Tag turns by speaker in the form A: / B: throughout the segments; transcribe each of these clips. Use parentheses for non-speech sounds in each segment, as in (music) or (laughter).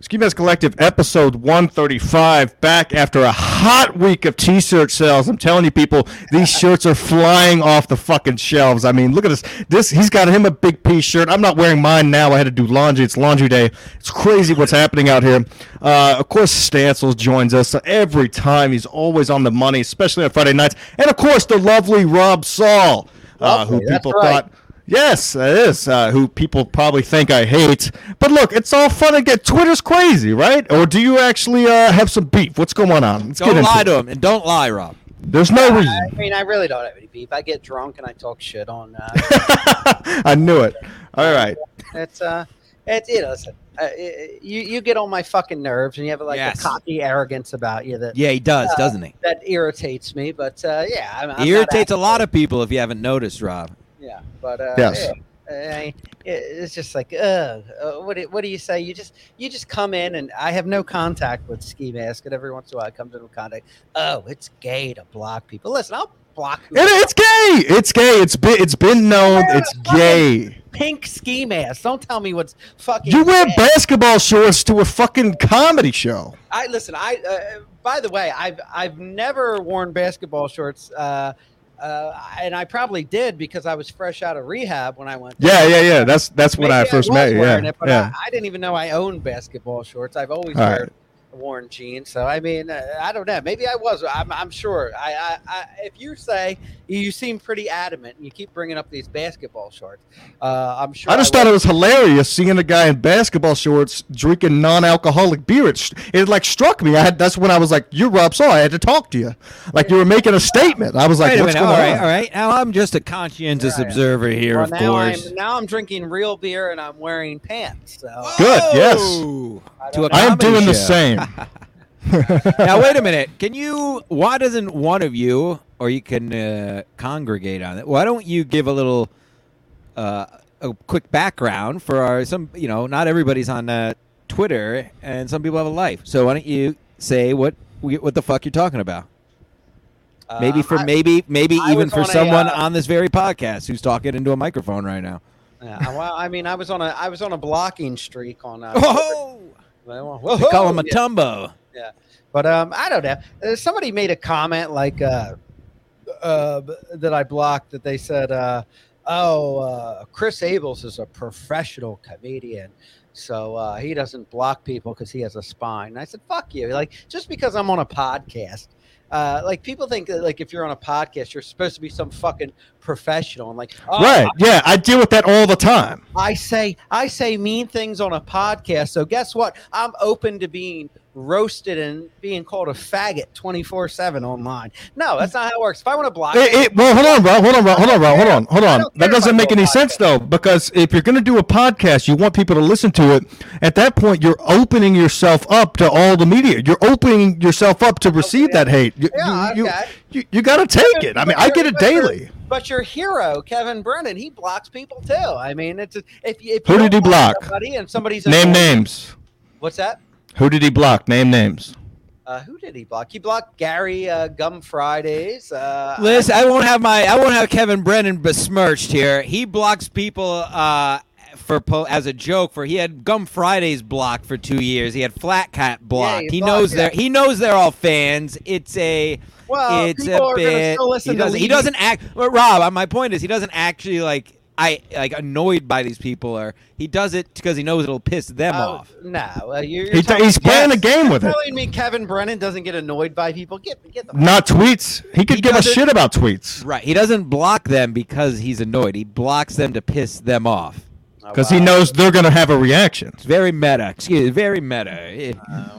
A: Ski Mask Collective, episode 135, back after a hot week of t shirt sales. I'm telling you, people,
B: (laughs)
A: these shirts are flying off the fucking shelves. I mean, look at this. This He's got him a big P shirt. I'm not wearing mine now. I had to do laundry. It's laundry day. It's crazy what's happening out here. Uh, of course, Stancil joins us every time. He's always on the money, especially on Friday nights. And of course, the lovely Rob Saul, uh, who
B: Lovely, that's
A: people
B: right.
A: thought. Yes, that is uh, who people probably think I hate. But look, it's all fun and get Twitter's crazy, right? Or do you actually uh, have some beef? What's going on? Let's
C: Don't
A: get into
C: lie
A: it.
C: to him and don't lie, Rob.
A: There's no
B: I
A: reason. (laughs)
B: mean, I really don't have any beef. I get drunk and I talk shit on. Uh,
A: I knew it. All right.
B: it's uh, it's you know, listen, uh, you you get on my fucking nerves and you have like
C: Yes.
B: a cocky arrogance about you that
C: Yeah, he does, doesn't he?
B: that irritates me. But uh, yeah, I'm, I'm not
C: He irritates a
B: acting-
C: lot of people if you haven't noticed, Rob.
B: Yeah, but uh,
A: Yes.
B: yeah, I- it's just like, ugh, uh, what do, what do you say? You just you just come in and I have no contact with Ski Mask, and every once in a while I come into contact. Oh, it's gay to block people. Listen, I'll block who
A: It, it's gay. It's gay. It's been it's been known. It's gay.
B: pink ski mask. Don't tell me what's fucking.
A: You wear
B: gay.
A: basketball shorts to a fucking comedy show.
B: I listen. I uh, by the way, I've I've never worn basketball shorts, uh, uh, and I probably did because I was fresh out of rehab when I went. there.
A: Yeah, yeah, yeah. That's that's when
B: Maybe
A: I first
B: was
A: met you.
B: wearing
A: Yeah,
B: it, but
A: yeah.
B: I, I didn't even know I owned basketball shorts. I've always
A: All
B: wear- worn jeans. So I mean, uh, I don't know. Maybe I was. I'm, I'm sure. I, I, I, if you say you seem pretty adamant, and you keep bringing up these basketball shorts, uh, I'm sure.
A: I just
B: was.
A: thought it was hilarious seeing a guy in basketball shorts drinking non-alcoholic beer. It, st- it like struck me. I had, that's when I was like, "You're Rob Saul." I had to talk to you, like you were making a statement. I was like,
C: Wait a
A: "What's
C: minute.
A: going
C: All right,
A: on?"
C: all right. Now I'm just a conscientious
B: Yeah, yeah.
C: observer here,
B: Well,
C: of
B: now
C: course.
B: I'm now I'm drinking real beer and I'm wearing pants. So
A: Good, yes.
B: Oh!
C: Whoa!
B: I don't
C: To a
B: know.
A: I am
C: comedy
A: doing the
C: show. (laughs)
A: same.
C: now wait a minute. Can you? Why doesn't one of you, or you can uh, congregate on it? Why don't you give a little, uh, a quick background for our some? You know, not everybody's on uh, Twitter, and some people have a life. So why don't you say what we- what the fuck you're talking about? Maybe
B: Um,
C: for
B: I-
C: maybe maybe
B: I
C: even
B: was
C: for
B: on a,
C: someone
B: uh,
C: on this very podcast who's talking into a microphone right now.
B: Yeah, well, I mean, I was on a I was on a blocking streak on. Uh, Well,
C: They call him a
B: yeah.
C: tumbo.
B: But um, I don't know. Uh, somebody made a comment like uh, uh, that I blocked that they said, uh, "Oh, uh, Chris Abels is a professional comedian." So uh, he doesn't block people because he has a spine. And I said, "Fuck you!" Like just because I'm on a podcast, uh, like people think that like if you're on a podcast, you're supposed to be some fucking professional. I'm like, oh,
A: right? Yeah, I deal with that all the time.
B: I say I say mean things on a podcast. So guess what? I'm open to being roasted and being called a faggot 24/7 online. No, that's not how it works. If I want to block
A: It, it, well, hold on, Rob. Hold on, Rob. Hold on, Rob. Hold on. Hold
B: I
A: on.
B: don't care
A: That
B: if I
A: doesn't
B: do
A: make
B: a
A: any sense
B: podcast.
A: though, because if you're going to do a podcast, you want people to listen to it. At that point, you're opening yourself up to all the media. You're opening yourself up to receive
B: yeah.
A: that hate. You,
B: Yeah,
A: you, you-
B: okay.
A: you, you got to take it. I mean, I get it
B: But your-
A: daily.
B: But your hero, Kevin Brennan, he blocks people too. I mean, it's a, if, you- if
A: Who
B: you
A: did
B: don't
A: he
B: like
A: block?
B: Somebody and somebody's
A: Name names.
B: What's that?
A: Who did he block? Name names.
B: Uh, who did he block? He blocked Gary uh, Gum Fridays. Uh,
C: Listen, I won't have my I won't have Kevin Brennan besmirched here. He blocks people uh, for po- as a joke. For he had Gum Fridays blocked for two years. He had Flat Cat blocked.
B: he
C: he
B: blocked,
C: knows
B: yeah.
C: they're he knows they're all fans. It's a
B: Well,
C: it's
B: people
C: a
B: are gonna
C: bit.
B: still listen
C: he
B: to
C: doesn't he
B: Lee.
C: doesn't act. But Rob, uh, my point is he doesn't actually like I like annoyed by these people or he does it because he knows it'll piss them
B: Oh,
C: off.
B: no, uh, you're, you're
A: He
B: telling-
A: he's playing
C: yes.
A: a game with it.
B: telling me Kevin Brennan doesn't get annoyed by people. Get get the
A: Not tweets. He could
C: He
A: give a
C: doesn't-
A: shit about tweets
C: Right. He doesn't block them because he's annoyed. He blocks them to piss them off.
A: because he knows they're going to have a reaction.
C: It's very meta. Excuse me, very meta.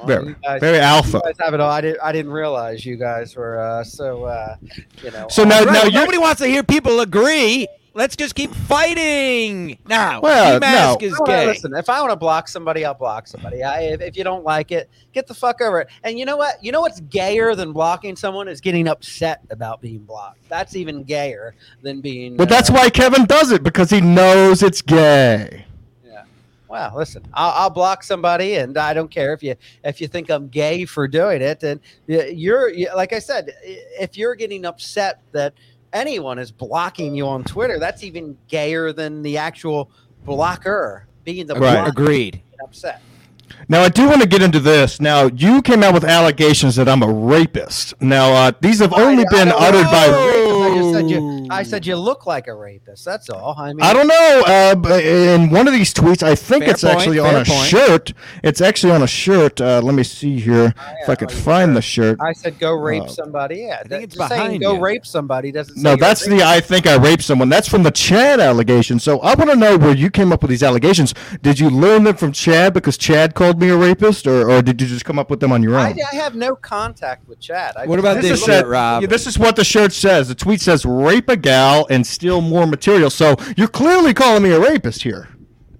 A: Very,
B: you guys-
A: very
B: You
A: alpha.
B: guys have it all. I didn't. I didn't realize you guys were uh, so. Uh, you know.
A: So
B: on-
A: now,
C: Right,
A: now
C: well,
A: you're
C: nobody wants to hear people agree. Let's just keep fighting. Now,
A: Well,
C: mask
A: no.
C: is
B: Well,
C: gay.
B: listen, if I want to block somebody, I'll block somebody. I, if, if you don't like it, get the fuck over it. And you know what? You know what's gayer than blocking someone is getting upset about being blocked. That's even gayer than being.
A: But that's
B: uh,
A: why Kevin does it because he knows it's gay.
B: Yeah. Well, listen, I'll, I'll block somebody, and I don't care if you if you think I'm gay for doing it. And y- you're you- like I said, i- if you're getting upset that anyone is blocking you on Twitter, that's even gayer than the actual blocker being the
A: Right.
B: blocker
C: Agreed.
B: and upset.
A: Now, I do want to get into this. Now, you came out with allegations that I'm a rapist. Now, uh, these have only
B: I- I
A: been
B: don't
A: uttered
B: know.
A: by.
B: I just said you. I said you look like a rapist. That's all. I mean,
A: I don't know. Uh, but in one of these tweets, I think
C: Fair
A: it's
C: point,
A: actually
C: fair
A: on a
C: point.
A: shirt. It's actually on a shirt. Uh, let me see here if I could find the shirt.
B: I said go rape
A: Uh,
B: somebody. Yeah, I
C: it's
B: saying
C: behind
B: go
C: you.
B: rape somebody doesn't. Say
A: No,
B: you're
A: that's
B: a
A: the I think I raped someone. That's from the Chad allegation. So I want to know where you came up with these allegations. Did you learn them from Chad because Chad called me a rapist, or, or did you just come up with them on your own?
B: rapist. I, I have no contact with Chad. I
C: What
B: just-
C: about
A: This is
C: this shit,
A: that-
C: Rob?
A: Yeah, this is what the shirt says. The tweet says, "Rape a gal and steal more material." So you're clearly calling me a rapist here.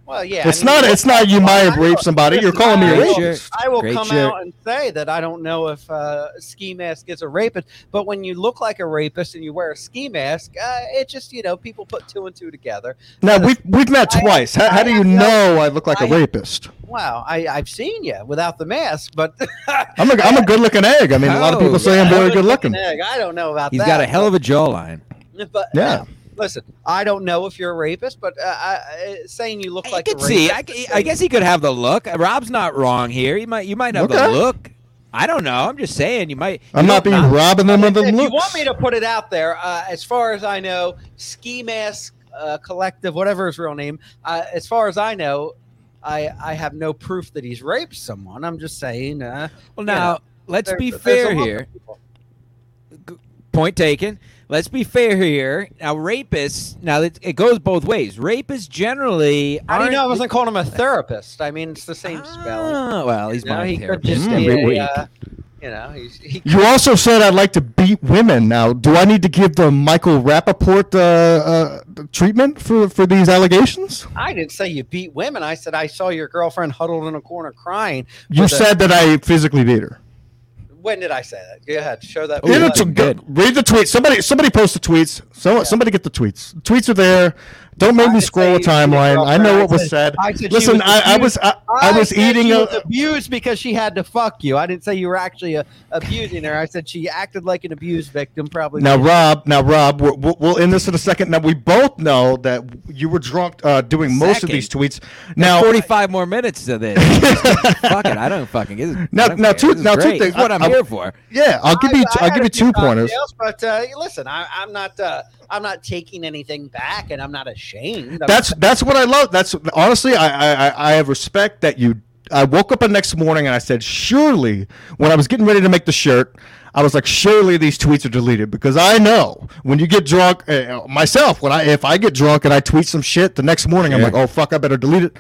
B: Well, yeah, I
A: it's
B: mean,
A: not.
B: look,
A: It's not. You might have
B: I
A: raped
B: will-
A: somebody. You're
B: listen,
A: calling me
B: I
A: a
B: will-
C: Great
A: rapist.
C: shirt.
B: I will
C: Great
B: come
C: shirt.
B: out and say that I don't know if uh, ski mask is a rapist, but when you look like a rapist and you wear a ski mask, uh, it just you know people put two and two together.
A: Now we've we've met
B: I-
A: twice. How, how
B: I
A: do you
B: have no-
A: know I look like a
B: I have-
A: rapist?
B: Wow, I, I've seen you without the mask, but (laughs)
A: I'm a I'm a good looking egg. I mean, a lot of
C: Oh,
A: people say I'm
B: I
A: very
B: was
A: good looking.
B: egg. I don't know about
C: He's
B: that.
C: got a hell of a jawline.
B: but, but uh,
A: Yeah.
B: listen, I don't know if you're a rapist, but uh, I, uh, saying you look
C: I
B: like
C: could
B: a
C: see.
B: rapist,
C: I, c- I guess he could have the look. Rob's not wrong here. You might. You might have
A: Okay.
C: the look. I don't know. I'm just saying. You might.
A: I'm
C: you
A: not
C: don't
A: being robbing them of
B: if
A: their
B: you
A: looks.
B: want me to put it out there, uh, as far as I know, Ski Mask uh, Collective, whatever his real name, uh, as far as I know, I I have no proof that he's raped someone. I'm just saying. Uh,
C: Well,
B: Yeah.
C: now let's
B: there-
C: be
B: there's a
C: fair
B: lot of
C: here.
B: people.
C: Point taken. Let's be fair here. Now, rapists. Now it, it goes both ways. Rapists generally.
B: How do you
C: aren't-
B: know I wasn't calling him a therapist? I mean, it's the same
A: Oh,
B: spelling.
C: Ah, well, he's
B: You know,
C: my
B: he could
C: therapist
B: just
A: Hmm,
B: be
C: every
B: a,
C: week.
B: uh, you know, he's, he
A: You also said I'd like to beat women. Now, do I need to give the Michael Rappaport uh, uh, treatment for, for these allegations?
B: I didn't say you beat women. I said I saw your girlfriend huddled in a corner crying.
A: You
B: with a-
A: said that I physically beat her.
B: when did I say that? Go ahead, show that.
C: Ooh,
A: In a
C: that's
A: t-
C: good.
A: read the tweets. Somebody somebody post the tweets. So somebody get the tweets. Tweets are there. Don't make
B: I
A: me
B: didn't say
A: scroll a
B: you beat your
A: timeline. I know
B: girlfriend.
A: what
B: I
A: was
B: said-
A: said.
B: I said she
A: Listen,
B: was
A: I, I was I, I was
B: said
A: eating
B: she
A: a.
B: was abused because she had to fuck you. I didn't say you were actually uh, abusing her. I said she acted like an abused victim, probably.
A: Now, Rob. Now, Rob. We're, we'll, we'll end this in a second. Now, we both know that you were drunk uh, doing most of
C: Second.
A: these tweets.
C: Now,
A: Now,
C: 45 more minutes
B: (laughs)
C: to this. Fuck it, I don't fucking get it.
A: Now-
C: I don't
A: now
C: care.
A: two-
C: This is
A: now two
C: great.
A: things.
C: It's what
A: I-
C: I'm
A: I-
C: here for.
A: yeah, I'll give you.
B: I- I
A: I'll
B: had
A: give
B: a
A: you
B: few
A: two pointers.
B: cocktails, But uh, listen, I, I'm not. Uh, I'm not taking anything back, and I'm not ashamed. I'm
A: That's that's what I love. That's honestly, I I, I- I have respect that you. I woke up the next morning and I said, surely, when I was getting ready to make the shirt, I was like, surely these tweets are deleted because I know when you get drunk, uh, myself, when I if I get drunk and I tweet some shit the next morning, I'm
C: Yeah.
A: like, oh fuck, I better delete it.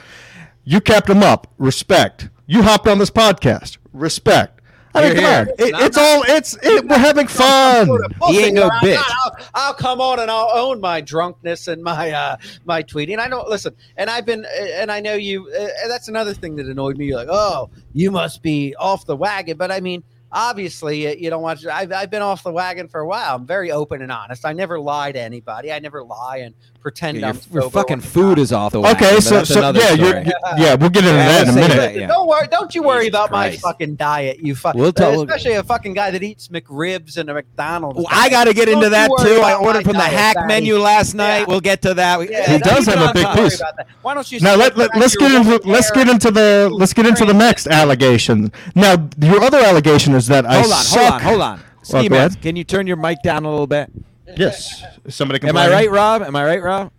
A: You kept them up, respect. You hopped on this podcast, respect. I mean,
C: You're
A: come on,
C: here.
A: it, it's all it's it, we're having fun.
B: sort of
C: He ain't no
B: pussy, or I'm
C: bitch.
B: not. I'll, I'll come on and I'll own my drunkenness and my uh, my tweeting. I don't listen, and I've been, and I know you. Uh, and that's another thing that annoyed me. You're like, oh, you must be off the wagon. But I mean, obviously, uh, you don't want. to- I've I've been off the wagon for a while. I'm very open and honest. I never lie to anybody. I never lie and pretend
C: Your,
B: I'm
C: your
B: sober
C: fucking
B: when I'm
C: food
B: not.
C: is off the wagon.
A: Okay,
C: but
A: so,
C: that's
A: so
C: another
A: yeah, you're,
C: story.
A: y- yeah, we'll get into
C: Yeah, I
A: that in
C: would
A: a
C: say
A: minute.
C: that, yeah.
B: Don't worry. Don't you worry
C: Jesus
B: about
C: Christ.
B: my fucking diet. You fuck.
C: We'll talk-
B: especially a fucking guy that eats McRibs and a McDonald's.
C: Well, I got to get
B: Don't
C: into
B: you
C: that
B: worry
C: too. I
B: about my
C: ordered from the
B: diet,
C: hack
B: Fatty.
C: menu last night.
B: Yeah.
C: We'll get to that. We-
B: Yeah,
A: He
B: don't
A: does
C: keep
A: have
C: it
A: a
C: on
A: big
C: top.
B: Sorry
A: piece.
B: about that. Why don't you
A: Now
B: sit
A: let, let
B: back
A: let's
B: here
A: get
B: with
A: into
B: your
A: let's get
B: hair?
A: into the let's get into the next allegation. Now your other allegation is that I
C: Hold on, hold
A: suck.
C: on, hold on.
A: Well,
B: Oh,
C: Ski
A: go
C: Mask,
A: ahead.
C: can you turn your mic down a little bit?
A: Yes, is somebody
C: Am
A: complaining?
C: I right, Rob? Am I right, Rob?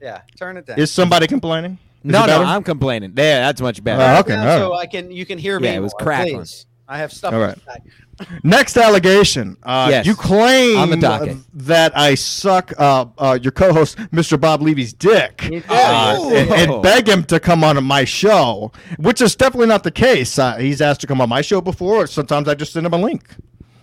B: Yeah, turn it down.
A: Is somebody complaining? Is
C: No,
A: it
C: no,
A: better?
C: I'm complaining. There, that's much better.
A: Uh,
B: Turn it
A: okay,
B: down
A: all
B: so I can you can hear me.
C: Yeah, it was
B: more,
C: crackling.
B: please. I have stuff.
A: All right.
B: to say.
A: Next allegation. Uh,
C: Yes.
A: You claim
C: On the docket.
A: that I suck uh, uh, your co-host Mr. Bob Levy's dick
B: You did.
A: uh,
C: Oh.
A: and, and beg him to come on my show, which is definitely not the case. Uh, he's asked to come on my show before. Sometimes I just send him a link.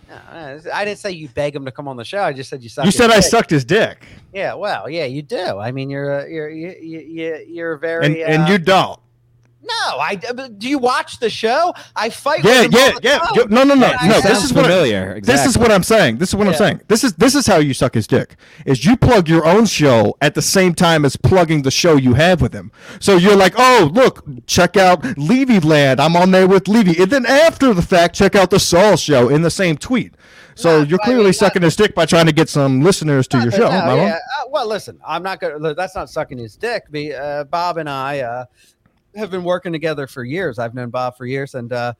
B: No, Uh, I didn't say you beg him to come on the show. I just said you suck.
A: you
B: his
A: said I
B: dick.
A: sucked his dick,
B: Yeah, well, yeah, you do. I mean, you're a- you're you you you're very.
A: and, and
B: uh,
A: you don't.
B: no, I uh, but do. You watch the show? I fight.
A: Yeah,
B: with him
A: yeah,
B: all the
A: yeah.
B: time.
A: You- No, no, no,
B: Yeah, I
A: no. This
B: sound
A: is what I-
C: familiar.
A: This is what I'm saying. This is what I'm
B: Yeah.
A: saying. This is this is how you suck his dick. Is you plug your own show at the same time as plugging the show you have with him. So you're like, oh look, check out Levy Land. I'm on there with Levy, and then after the fact, check out the Saul show in the same tweet. So
B: Nah,
A: you're
B: I
A: clearly
B: mean,
A: sucking his dick by trying to get some listeners to your
B: But
A: show.
B: no,
A: am I wrong?
B: yeah, uh, well, listen, I'm not gonna. That's not sucking his dick. Be, uh, Bob and I. Uh, have been working together for years. I've known Bob for years, and uh,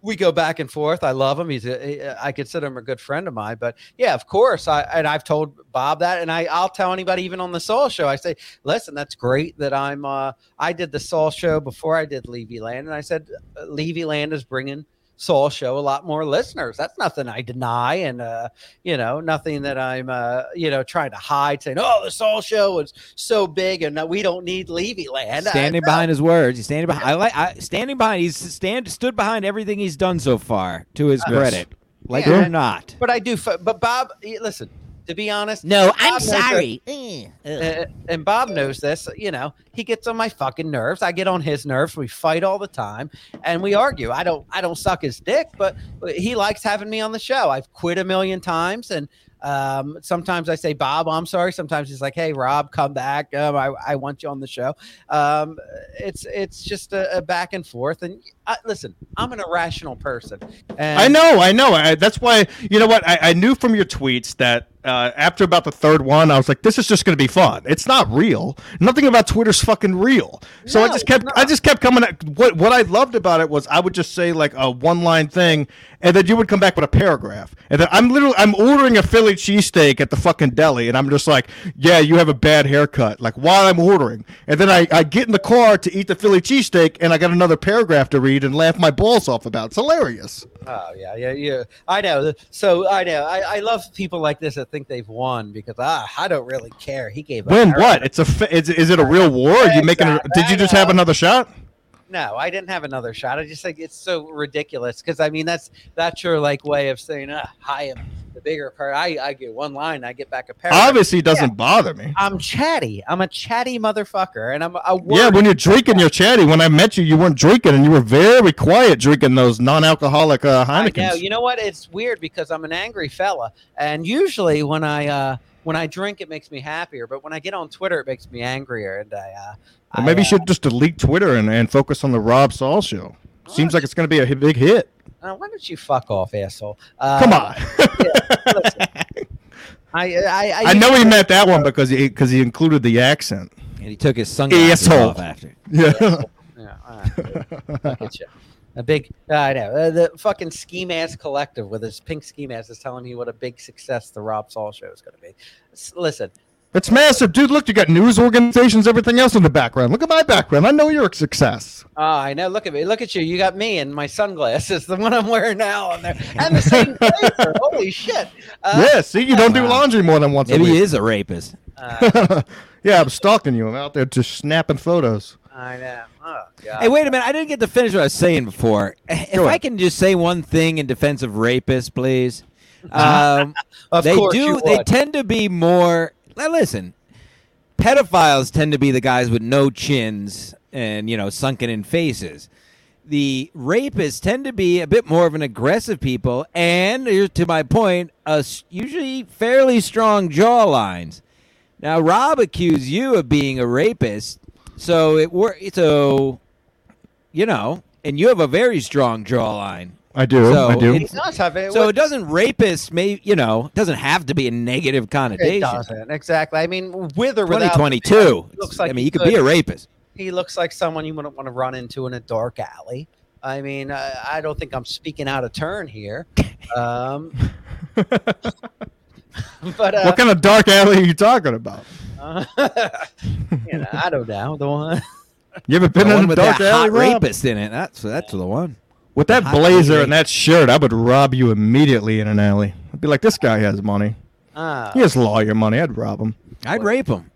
B: we go back and forth. I love him. He's a, I consider him a good friend of mine. But yeah, of course. I and I've told Bob that, and I I'll tell anybody even on the Soul Show. I say, listen, that's great that I'm. Uh, I did the Soul Show before I did Levy Land, and I said uh, Levy Land is bringing Soul Show a lot more listeners. That's nothing I deny, and uh, you know, nothing that I'm uh, you know trying to hide, saying, "Oh, the Soul Show was so big, and uh, we don't need Levy
D: uh,
B: Land."
C: standing
B: I-
C: behind his words. He's standing behind. I like I, standing behind. He's stand stood behind everything he's done so far. To his credit, like
B: Yeah.
C: or not.
B: but I do. f- But Bob, eh, listen. To be honest,
D: No,
B: Bob
D: I'm
B: knows that-
D: sorry. Eh, ugh.
B: Uh, and Bob knows this. You know, he gets on my fucking nerves. I get on his nerves. We fight all the time, and we argue. I don't. I don't suck his dick, but he likes having me on the show. I've quit a million times, and um, sometimes I say, "Bob, I'm sorry." Sometimes he's like, "Hey, Rob, come back. Um, I, I want you on the show." Um, it's it's just a, a back and forth. And I, listen, I'm an irrational person. And
A: I know, I know. I, that's why you know what I, I knew from your tweets that uh, after about the third one, I was like, "This is just going to be fun. It's not real. Nothing about Twitter's fucking real." So I
B: No,
A: just kept,
B: it's
A: I just kept coming. At, what what I loved about it was I would just say like a one line thing, and then you would come back with a paragraph, and then I'm literally I'm ordering a Philly cheesesteak at the fucking deli, and I'm just like, "Yeah, you have a bad haircut." Like while I'm ordering, and then I, I get in the car to eat the Philly cheesesteak, and I got another paragraph to read and laugh my balls off about. It's hilarious.
B: Oh yeah, yeah, yeah. I know. So I know. I, I love people like this that think they've won because ah, I don't really care. He gave up.
A: Win what? It's a. Fa- is, is it a real war? Are you making? A, did you just have another shot?
B: No, I didn't have another shot. I just think it's so ridiculous because I mean that's that's your like way of saying ah, I am the bigger part. I I get one line, I get back a pair.
A: Obviously, it doesn't bother me.
B: I'm chatty. I'm a chatty motherfucker, and I'm a wordy.
A: Yeah, when you're drinking, you're chatty. When I met you, you weren't drinking, and you were very quiet drinking those non-alcoholic uh,
B: I know.
A: Heinekens.
B: You know what? It's weird because I'm an angry fella, and usually when I uh, when I drink, it makes me happier. But when I get on Twitter, it makes me angrier, and I. Uh,
A: Or maybe
B: I,
A: you
B: uh,
A: should just delete Twitter and, and focus on the Rob Saul show. Seems like it's going to be a hi- big hit.
B: Uh, why don't you fuck off, asshole? Uh,
A: Come on.
B: listen. I, I, I,
A: (laughs) I know he meant that one because he because he included the accent.
C: And he took his sunglasses
A: Asshole.
C: off after.
A: Yeah. (laughs)
B: Yeah, all right. Look at you. A big, I know. Uh, the fucking ski mask collective with his pink ski mask is telling me what a big success the Rob Saul show is going to be. S- listen,
A: It's massive, dude. Look, you got news organizations, everything else in the background. Look at my background. I know you're a success.
B: oh, I know. Look at me. Look at you. You got me and my sunglasses, (laughs) the one I'm wearing now on there, and the same flavor. Holy shit. Uh,
A: yeah. See, you don't do laundry more than once
C: Maybe
A: a week.
C: he is a rapist.
B: uh,
A: (laughs) yeah, I'm stalking you. I'm out there just snapping photos.
B: I know. Oh, God.
C: Hey, wait a minute! I didn't get to finish what I was saying before. If
A: Go
C: I
A: ahead.
C: can just say one thing in defense of rapists, please.
A: Uh-huh.
C: Um,
B: Of
C: they
B: course
C: do.
B: you
C: They
B: would.
C: tend to be more. Now listen, pedophiles tend to be the guys with no chins and you know sunken in faces. The rapists tend to be a bit more of an aggressive people, and here's to my point, a s- usually fairly strong jawlines. Now, Rob accused you of being a rapist, so it were so, you know, and you have a very strong jawline.
A: I do.
C: So,
A: I do.
C: it's- uh,
B: He does have it.
C: So
B: What-
C: it doesn't rapist may you know it doesn't have to be a negative
B: It
C: connotation.
B: doesn't exactly. I mean, with or without
C: 2022.
B: Looks like
C: I mean,
B: he
C: you could be
B: could.
C: a rapist.
B: he looks like someone you wouldn't want to run into in a dark alley. I mean, I, I don't think I'm speaking out of turn (laughs) here. Um, (laughs) but uh,
A: what kind of dark alley are you talking about?
B: (laughs) you know, I don't know the one. (laughs)
A: You ever
C: The
A: been
C: one
A: in a
C: with
A: dark
C: that
A: alley,
C: hot
A: Rob?
C: rapist in it. That's that's the one.
A: With that
C: hot
A: blazer
C: rape.
A: and that shirt, I would rob you immediately in an alley. I'd be like, this guy has money.
B: Uh,
A: He has lawyer money. I'd rob him.
C: I'd rape him.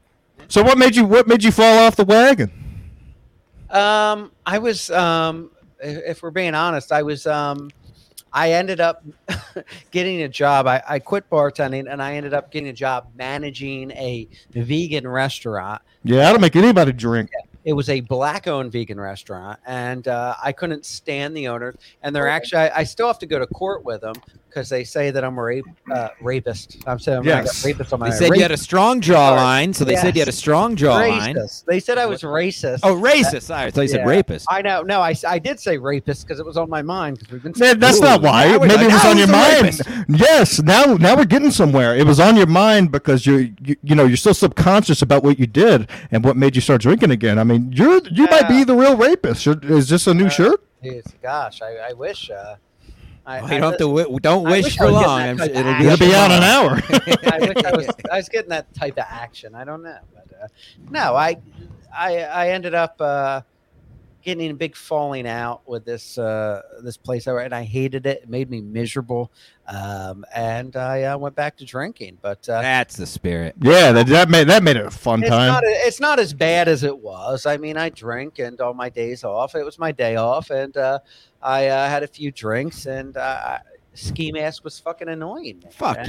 A: So what made you? What made you fall off the wagon?
B: Um, I was, um, i- if we're being honest, I was, um, I ended up (laughs) getting a job. I, I quit bartending and I ended up getting a job managing a vegan restaurant.
A: Yeah, I don't make anybody drink.
B: It was a black owned vegan restaurant and uh, I couldn't stand the owners. And they're actually, I, I still have to go to court with them because they say that I'm a rape, uh, rapist. I'm saying I'm
A: Yes.
B: a rapist on my
C: They said you had a strong jawline, so they said you had a
B: Yes.
C: strong jawline.
B: racist. They said I was racist.
C: Oh, racist. Sorry, so you said
B: Yeah.
C: rapist.
B: I know. No, I, s- I did say rapist because it was on my mind. 'cause We've been
A: Man, that's not
C: Ooh,
A: why.
C: now we're
A: Maybe
C: like,
A: it was
C: "Oh,
A: on
C: he's
A: your
C: a
A: mind. Yes. Now, now we're getting somewhere. It was on your mind because you're, you, you know, you're still subconscious about what you did and what made you start drinking again. I mean, you're, you might be
B: Yeah.
A: the real rapist. Should- Is this a new
B: Uh,
A: shirt?
B: Jeez, gosh, I, I wish. Uh, I,
C: Oh,
B: I
C: you don't have to. Wi- don't
B: I
C: wish
B: wish I
C: for
B: was getting
C: long.
B: that
C: I'm,
B: type of
C: sure it'll be,
B: action.
A: It'll be out in an hour.
B: I wish I was, I was getting that type of action. I don't know, but uh, no, I, I, I ended up uh, getting in a big falling out with this uh, this place, I- and I hated it. It made me miserable, um, and I uh, went back to drinking. But uh,
C: That's the spirit.
A: (laughs) yeah. That, that made that made it a fun
B: it's
A: time.
B: not it's not as bad as it was. I mean, I drink and on my days off, it was my day off, and uh, I uh, had a few drinks, and uh, ski mask was fucking annoying. man.
C: Fuck
B: And,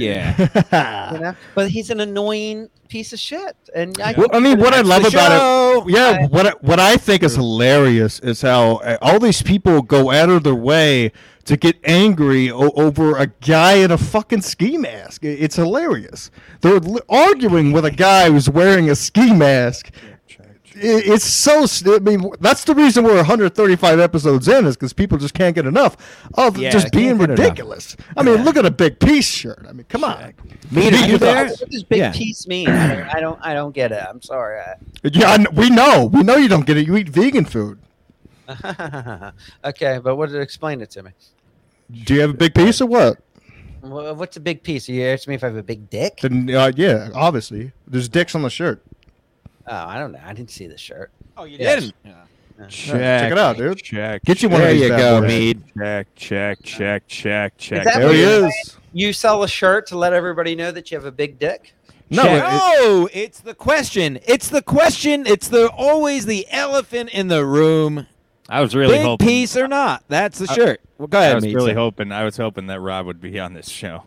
A: (laughs)
C: yeah.
B: you know? But he's an annoying piece of shit, and I,
A: Well, I mean, what I love
C: That's the
A: about it.
C: show.
A: yeah,
B: I-
A: what I, what I think is hilarious is how uh, all these people go out of their way to get angry o- over a guy in a fucking ski mask. I- It's hilarious. They're li- arguing with a guy who's wearing a ski mask. I- It's so. s- I mean, that's the reason we're 135 episodes in is because people just can't get enough of
C: Yeah,
A: just
C: they
A: being
C: can't get enough.
A: ridiculous. I mean, look at a big piece shirt. I mean, come on.
C: Meat, are you
A: Meat
C: there?
A: with
B: What does big
C: Yeah.
B: piece mean? I don't, I don't. I don't get it. I'm sorry.
A: Yeah, I kn- we know. We know you don't get it. You eat vegan food.
B: I- (laughs) okay, but what? Explain it to me.
A: Do you have a big piece or what?
B: Wha- What's a big piece? Are you asking me if I have a big dick?
A: Then uh, yeah, obviously. There's dicks on the shirt.
B: Oh, I don't know. I didn't see the shirt.
C: Oh, you
B: Yes.
C: didn't.
A: Yeah, check it out, dude.
D: Check.
A: Get you one
C: There
A: of these.
C: you
A: bad
C: go,
A: boys.
C: Mead.
D: Check. Check. Check. Check. Check.
B: that
A: There
B: what
A: he
B: you're
A: is.
B: You sell a shirt to let everybody know that you have a big dick.
A: No,
C: Check.
A: it-
C: oh, it's the question. It's the question. It's the always the elephant in the room.
D: I was really
C: Big
D: hoping.
C: piece or not? That's the
D: I-
C: shirt. Well, go
D: I
C: ahead,
D: was
C: Mead.
D: really
C: So-
D: hoping. I was hoping that Rob would be on this show.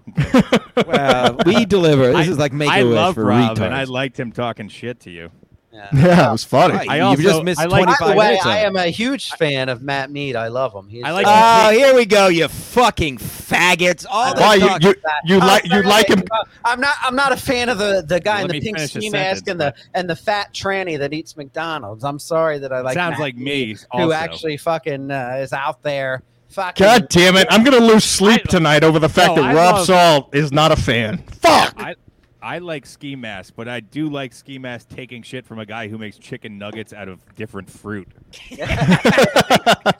C: well,
D: (laughs)
C: we deliver. This
D: I-
C: is like make
D: I
C: a wish
D: love
C: for
D: Rob,
C: retards.
D: and I liked him talking shit to you.
B: Yeah.
A: Yeah, it was funny.
C: Right.
D: I
C: You've
D: also-
C: just missed
D: I like-
B: By
C: 25
B: the way,
C: minutes. of
B: I
C: it.
B: am a huge fan of Matt Mead. I love him. He's,
D: I like
B: uh,
C: Oh, here we go, you fucking faggots! All this
A: Why you
C: talk-
A: you, you
B: I'm
A: like you
B: sorry,
A: like him?
B: I'm not. I'm not a fan of the, the guy
D: Let
B: in the
D: me
B: pink
D: finish the
B: ski mask
D: sentence,
B: and the and the fat tranny that eats McDonald's. I'm sorry that I like.
D: Sounds
B: Matt
D: like
B: Mead,
D: me.
B: who
D: Also.
B: actually fucking uh, is out there. Fucking
A: God damn
B: (laughs)
A: it! I'm gonna lose sleep
D: I-
A: tonight over the fact
D: No,
A: that
D: I
A: Rob
D: love-
A: Salt is not a fan. Fuck.
D: I I like ski mask, but I do like ski mask taking shit from a guy who makes chicken nuggets out of different fruit.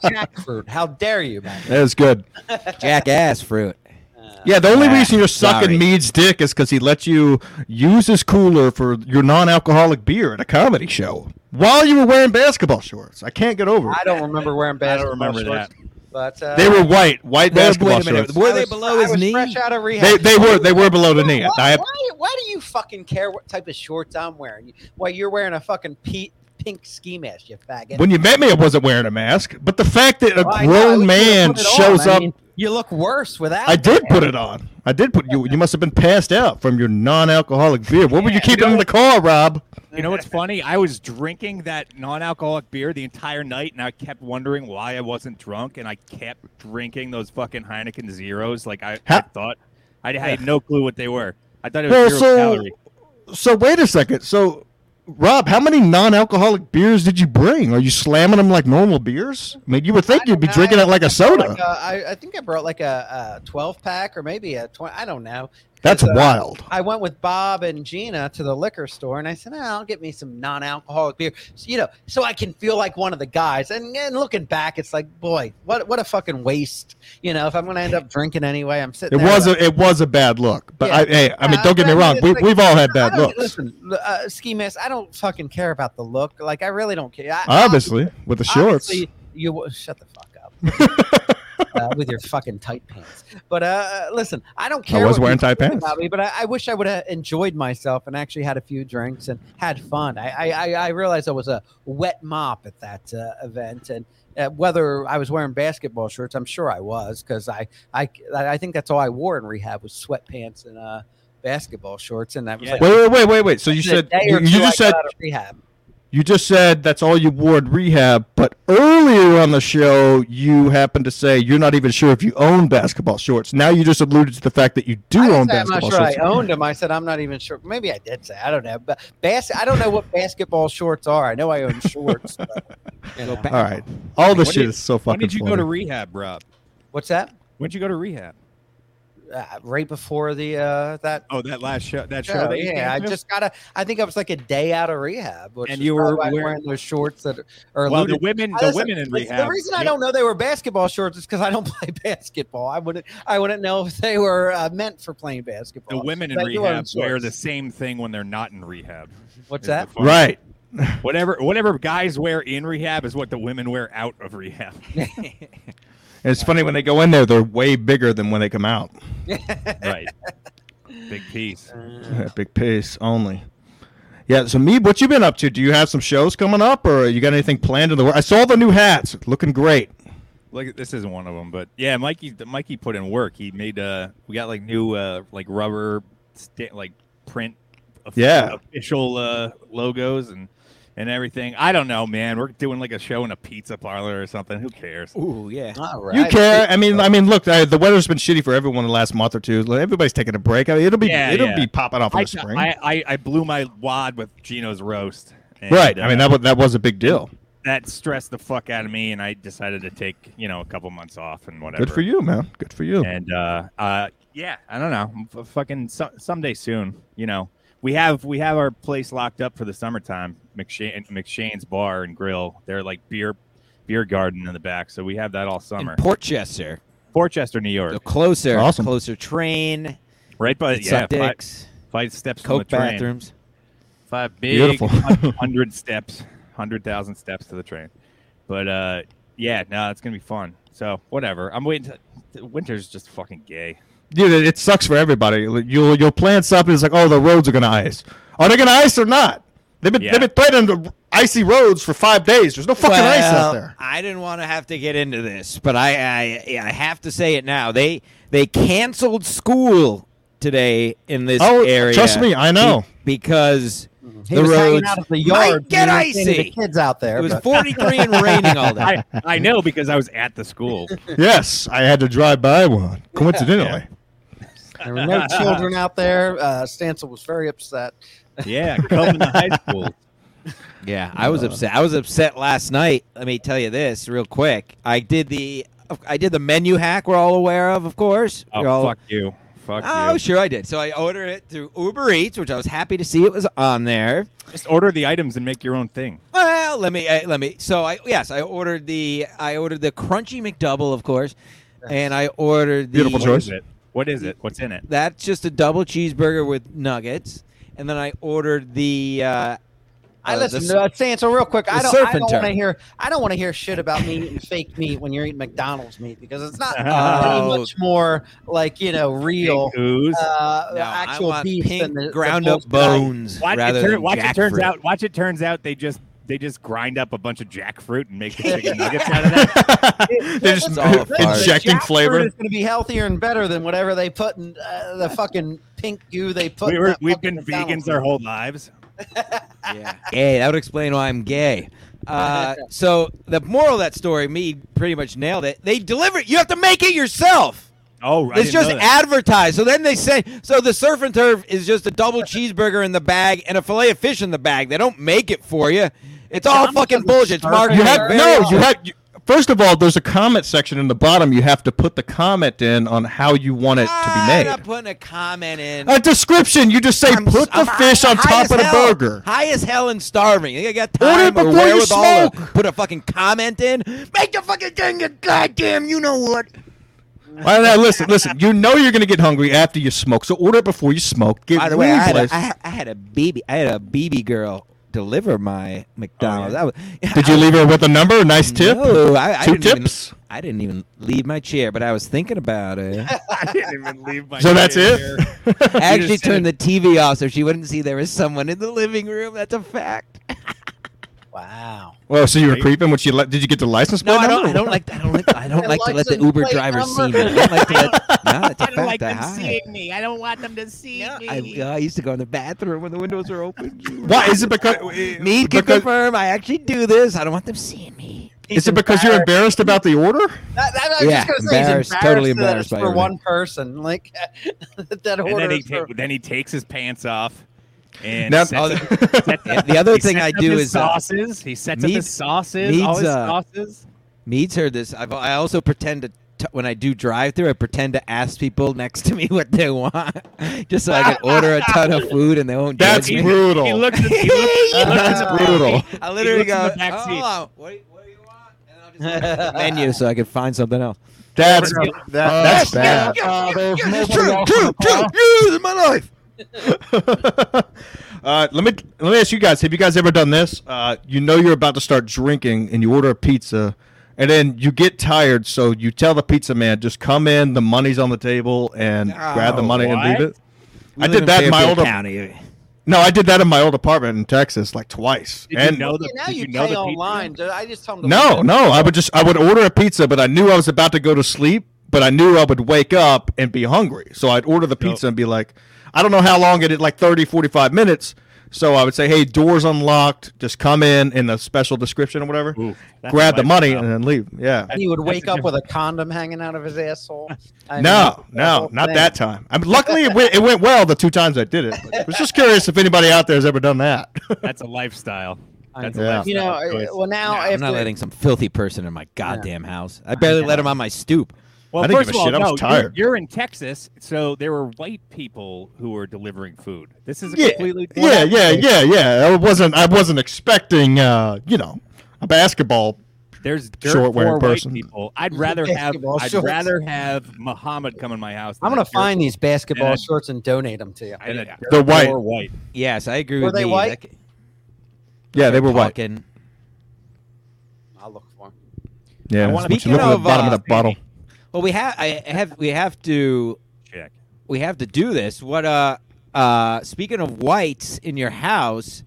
B: jackfruit. How dare you, Matt?
A: That was good.
C: jackass fruit.
B: Uh,
A: Yeah, the only
C: Ah,
A: reason you're sucking
C: sorry.
A: Mead's dick is because he lets you use his cooler for your non-alcoholic beer at a comedy show while you were wearing basketball shorts. I can't get over it.
B: I don't remember wearing
D: I
B: basketball
D: don't remember
B: shorts, But uh,
A: They were white, white
C: Wait a
A: basketball
C: minute,
A: shorts.
C: were
B: I
C: they
B: was-
C: below
B: I
C: his
B: was
C: knee?
B: Fresh out of
A: They,
B: rehab.
A: they were they were below the knee.
B: Why,
A: I,
B: why, why do you fucking care what type of shorts I'm wearing? Why you're wearing a fucking pe- pink ski mask, you faggot.
A: when you met me, I wasn't wearing a mask. But the fact that a
B: Well, I know, I
A: grown
B: wish you would've
A: man
B: put it on.
A: shows
B: I
A: up,
B: mean, you look worse without.
A: I
B: it.
A: did put it on. I did put you. You must have been passed out from your non-alcoholic beer. What were you keeping in the car, Rob?
D: You know what's funny? I was drinking that non-alcoholic beer the entire night, and I kept wondering why I wasn't drunk, and I kept drinking those fucking Heineken zeros. Like I, I
A: Ha-
D: thought, I had no clue what they were. I thought it was
A: Well,
D: zero
A: so-
D: calorie.
A: So wait a second. So, Rob, how many non-alcoholic beers did you bring? Are you slamming them like normal beers? I mean, you would think
B: I
A: you'd be
B: don't know.
A: drinking it like a
B: I brought,
A: soda.
B: like, a- I- I think I brought like a, a 12 pack or maybe a 20. I don't know. 'Cause,
A: That's
B: uh,
A: wild.
B: I went with Bob and Gina to the liquor store, and I said, "Ah, "I'll get me some non-alcoholic beer, so, you know, so I can feel like one of the guys." And, and looking back, it's like, boy, what what a fucking waste. You know, if I'm going to end up drinking anyway, I'm
A: It
B: sitting. there
A: was
B: like-
A: a it was a bad look. But
B: Yeah.
A: I hey, I mean,
B: Yeah,
A: don't get
B: but
A: me
B: I mean,
A: wrong.
B: it's
A: We,
B: like-
A: we've all had
B: I
A: bad
B: don't-
A: looks.
B: Listen, uh, ski mask. I don't fucking care about the look. Like, I really don't care. I,
A: Obviously, with the shorts.
B: Obviously, you w- shut the fuck up
A: (laughs)
B: uh, with your fucking tight pants. But uh, listen, I don't care.
A: was
B: what
A: wearing
B: people
A: tight
B: think
A: pants.
B: about me, but I, I wish I would have enjoyed myself and actually had a few drinks and had fun. I I, I, I realized I was a wet mop at that uh, event and. Uh, whether I was wearing basketball shorts, I'm sure I was because I, I I think that's all I wore in rehab was sweatpants and uh, basketball shorts, and that was
D: Yeah.
B: like
A: Wait, wait, wait, wait, wait. So you
B: the
A: said
B: day
A: you,
B: or
A: you
B: two I
A: just
B: got
A: said
B: out of rehab.
A: You just said that's all you wore at rehab, but earlier on the show, you happened to say you're not even sure if you own basketball shorts. Now you just alluded to the fact that you do
B: I didn't
A: own
B: say I'm not
A: basketball
B: sure I
A: shorts.
B: owned them. I said I'm not even sure. Maybe I did say I don't know. But bas- I don't know what basketball shorts are. I know I own shorts.
D: (laughs)
B: but, you know.
C: back-
A: All right, all this
D: When
A: shit
D: did-
A: is so fucking.
D: When did you go
A: funny.
D: to rehab, Rob?
B: What's that?
D: When did you go to rehab?
B: Uh, right before the uh, that
D: Oh, that last show. That show.
B: show.
D: that you
B: Yeah, I
D: came to?
B: just got a. I think I was like a day out of rehab, which
D: And
B: is
D: you were
B: probably why I'm
D: wearing-
B: wearing those shorts that are.
D: Well, the
B: looted.
D: women,
B: I
D: the
B: listen,
D: women in
B: like,
D: rehab.
B: The reason I
D: you-
B: don't know they were basketball shorts is because I don't (laughs) play basketball. I wouldn't. I wouldn't know if they were uh, meant for playing
D: The
B: basketball.
D: women in
B: But I do own
D: rehab wear
B: shorts.
D: the same thing when they're not in rehab.
B: What's
D: is the
B: that?
D: funny-
A: Right.
D: Whatever, whatever guys wear in rehab is what the women wear out
B: (laughs)
D: of rehab.
A: And it's funny when they go in there, they're way bigger than when they come out.
D: right. Big piece. (laughs)
A: Yeah, Big piece only. Yeah. So, Meeb, what you been up to? Do you have some shows coming up, or you got anything planned in the work? I saw the new hats, looking great.
D: Like this isn't one of them, but yeah, Mikey, Mikey put in work. He made uh, we got like new uh, like rubber, sta- like print, of-
A: Yeah.
D: official uh logos and and everything. I don't know, man. We're doing like a show in a pizza parlor or something. Who cares?
C: Ooh, yeah.
B: All right.
A: You care? I mean, I mean, look, I, the weather's been shitty for everyone the last month or two. Like, Everybody's taking a break. I mean, it'll be
D: Yeah,
A: it'll
D: yeah.
A: be popping off in
D: I,
A: the spring,
D: I, I I blew my wad with Gino's roast. and,
A: right? I mean,
D: uh,
A: that was, that was a big deal.
D: that stressed the fuck out of me, and I decided to take you know a couple months off and whatever.
A: Good for you, man. Good for you.
D: And uh, uh, yeah, I don't know. F- fucking so- someday soon, you know. We have we have our place locked up for the summertime. McShane, McShane's Bar and Grill. They're like beer beer garden in the back, so we have that all
C: In
D: summer.
C: Portchester.
D: Portchester, New York,
C: So closer,
A: Awesome.
C: closer train,
D: right? But yeah,
C: suck
D: five,
C: dicks,
D: five steps from the
C: coke
D: train.
C: bathrooms.
D: Five big (laughs)
A: Beautiful.
D: hundred steps, hundred thousand steps to the train. But uh, yeah, no, it's gonna be fun. So whatever. I'm waiting. To, winter's just fucking gay.
A: Dude, it it sucks for everybody. You'll you'll plan something. It's like, oh, the roads are gonna ice. Are they gonna ice or not? They've been
D: Yeah.
A: they've been threatening the icy roads for five days. There's no fucking ice out
C: Well,
A: there.
C: I didn't want to have to get into this, but I, I I have to say it now. They they canceled school today in this
A: Oh,
C: area.
A: trust me, I know.
C: be- because
B: He
C: the
B: was hanging
C: roads
B: out of the yard.
C: might get
B: when he was seeing
C: icy.
B: The kids out there.
C: it was
B: but-
C: 43 and raining
D: (laughs)
C: all day.
D: I, I know because I was at the school.
A: yes, I had to drive by one coincidentally.
B: There were no children out there. Uh, Stancil was very upset.
C: Uh,
D: Yeah, coming to high (laughs) school.
C: Yeah, I was upset. I was upset last night. Let me tell you this real quick. I did the I did the menu hack we're all aware of, of course. You're all-
D: Oh, fuck you. Fuck
C: Oh,
D: you.
C: sure I did. So I ordered it through Uber Eats, which I was happy to see it was on there.
D: Just order the items and make your own thing.
C: Well, let me uh, let me. So I yes, I ordered the I ordered the crunchy McDouble, of course, and I ordered the
A: Beautiful
D: What
A: choice.
D: is it? What is it? What's in it?
C: That's just a double cheeseburger with nuggets, and then I ordered the. Uh,
B: I
C: uh,
B: listen,
C: the-
B: to uh, Stancil, real quick. I
C: the
B: don't,
C: surf
B: I
C: and
B: don't want to
C: turf.
B: hear. I don't want to hear shit about me eating fake meat when you're eating McDonald's meat because it's not
C: Oh.
B: any much more like you know real
D: Hey, ooze.
B: uh,
C: no, I
B: actual
C: want
B: beef
C: pink
B: than the, the
C: ground up
B: bullshit I-
C: bones
D: Watch,
C: rather
D: it, turn,
C: than
D: watch it turns
C: jackfruit.
D: out. Watch it turns out they just they just grind up a bunch of jackfruit
B: (laughs)
D: and make the chicken nuggets out
A: (laughs)
D: of that.
A: They're just
C: It's all fire.
A: injecting flavor.
B: It's going to be healthier and better than whatever they put in uh, the fucking pink goo they put.
D: We
B: in
D: were,
B: that
D: we've
B: fucking
D: been
B: McDonald's
D: vegans our whole lives.
C: yeah. Hey, that would explain why
B: (laughs)
C: I'm gay. Uh, so the moral of that story, me pretty much nailed it. They deliver. it. You have to make it yourself.
D: Oh, right.
C: it's just advertised. So then they say, so the surf and turf is just
A: (laughs)
C: a double cheeseburger in the bag and a fillet of fish in the bag. They don't make it for you. It's all
B: McDonald's
C: fucking
B: doesn't
C: bullshit. It's
B: serve
C: marketing.
A: You
B: Yeah,
A: have
B: very
A: no.
B: well.
A: You have. You, first of all, there's a comment section in the bottom. You have to put the comment in on how you want it to be
C: I'm
A: made.
C: not putting a comment in.
A: A description. You just say
C: I'm-
A: put the
C: I'm
A: fish
C: high-
A: on
C: high
A: top
C: as
A: of the
C: hell.
A: burger.
C: High as hell and starving. You got
A: Order
C: time
A: it
C: or
A: before you
C: wherewithal to
A: smoke.
C: put a fucking comment in. Make the fucking thing. a Goddamn, you know what?
A: Well, now listen, listen. You know you're gonna get hungry after you smoke, so order it before you smoke. Get
C: By the way, I had, a,
A: place.
C: I, had- I had a baby. I had a baby girl deliver my McDonald's.
D: yeah?
C: That was,
A: Oh, Did you leave her with a number, a nice tip?
C: No, I, I
A: Two
C: didn't
A: tips?
C: Even, I didn't even leave my chair, but I was thinking about (laughs) it.
D: (laughs) I didn't even leave my.
A: So that's it? (laughs)
C: I actually
D: just said
C: turned the TV off so she wouldn't see there was someone in the living room. That's a fact.
B: Wow.
A: Well, so you were
D: Right.
A: creeping? What you li- did you get the license
C: (laughs) No,
A: plate
C: I don't.
A: number?
C: I don't like. I don't. Like, I don't
B: The
C: like to let the
B: license
C: Uber
B: plate
C: driver see me.
B: number.
C: I don't like to let. (laughs) No, it's a
D: I don't like
C: fact,
D: them
C: I hide.
D: seeing me. I don't want them to see me.
C: I, uh, I used to go in the bathroom when the windows were open.
A: Why is it because?
C: Me can
A: because
C: confirm. I actually do this. I don't want them seeing me.
A: is it because you're embarrassed about the order?
B: That, that, I was just
C: Yeah,
B: gonna say he's
C: embarrassed, totally
B: that
C: embarrassed
B: it's
C: by
B: for
C: everything.
B: one person. Like (laughs) that
D: And then
B: order.
D: he,
B: is for- (laughs)
D: ta- then he takes his pants off. And
A: Now-
C: (laughs)
D: sets up- sets
C: And
D: up-
C: the other
D: he
C: thing
D: sets
C: I
D: up
C: do
D: his
C: is, uh,
D: sauces. he sets up his
C: Meads-
D: sauces. all
C: Meads,
D: his
C: uh,
D: sauces.
C: Meads heard this. I've, I also pretend to t- when I do drive through, I pretend to ask people next to me (laughs) what they want, just so I can order a ton of food and they won't
A: That's
C: judge me.
A: brutal.
D: He looks. At,
A: (laughs)
D: he looks
C: Yeah.
D: looks at the
A: Brutal.
D: back seat.
C: (laughs) I literally
D: He looks in
C: go,
D: the back
C: "Oh,
D: seat."
C: oh, what, do you- what do you want? And I'll just look at the menu so I can find something else.
A: That's
D: That-
B: Oh,
A: that's
E: yeah,
A: bad.
E: uh, there's nobody else on
C: true,
E: the
C: true.
E: call.
C: You in my life.
A: uh, let me let me ask you guys: Have you guys ever done this? Uh, you know you're about to start drinking, and you order a pizza, and then you get tired, so you tell the pizza man, "Just come in. The money's on the table, and grab the money and
D: what?
A: leave it." I did that in my old ap-
C: county.
A: no, I did that in my old apartment in Texas, like twice.
D: Did you
A: and
D: know
B: Well,
D: the-
B: now
D: did
B: you,
D: you know
B: pay
D: the people?
B: online. dude. I just tell him. to
A: no,
B: wait.
A: no, I would just I would order a pizza, but I knew I was about to go to sleep, but I knew I would wake up and be hungry, so I'd order the pizza and be like, I don't know how long it is, like 30, 45 minutes. So I would say, hey, doors unlocked, just come in in the special description or whatever,
D: Ooh, that's
A: grab the
D: nice,
A: money
D: though.
A: and then leave. Yeah.
B: And he would
D: That's a
B: wake up with a condom hanging out of
A: (laughs)
B: his asshole. I
A: No,
B: mean, the
A: no,
B: whole
A: not
B: thing.
A: that time. I mean, luckily, it went, it went well the two times I did it. But I was just curious if anybody out there has ever done
D: (laughs)
A: that.
D: That's a lifestyle.
B: I
D: That's
A: know.
D: a
A: Yeah.
D: lifestyle
B: You know,
D: choice.
B: uh, well now
C: No, I'm
B: after,
C: not letting some filthy person in my goddamn house. I barely let him on my stoop.
D: Well,
A: I didn't
D: first
A: give a
D: of all,
A: shit. I was
D: no,
A: tired.
D: You're, you're in Texas, so there were white people who were delivering food. This is a
A: Yeah,
D: completely
A: yeah, yeah, yeah, yeah. I wasn't. I wasn't expecting. Uh, you know, a basketball.
D: There's dirt
A: Short wearing
D: poor
A: person.
D: white people. I'd rather have
B: Basketball
D: I'd
B: shorts.
D: rather have Muhammad come in my house.
B: I'm
D: than
B: gonna
D: a dirt-
B: find these basketball
D: Yeah.
B: shorts and donate them to you.
D: than a dirt
A: They're white.
D: poor white.
C: Yes, I agree
B: Were
C: with
B: they
C: me.
B: white?
C: That c-
A: Yeah, they were white.
C: talking-
B: I'll look for them.
A: Yeah,
D: I wanna-
A: that's what you
C: Speaking
A: look at the
C: of,
A: bottom of
C: uh,
A: the bottle.
C: Well, we have. I have. We have to.
D: Check.
C: We have to do this. What? Uh. Uh. Speaking of whites in your house,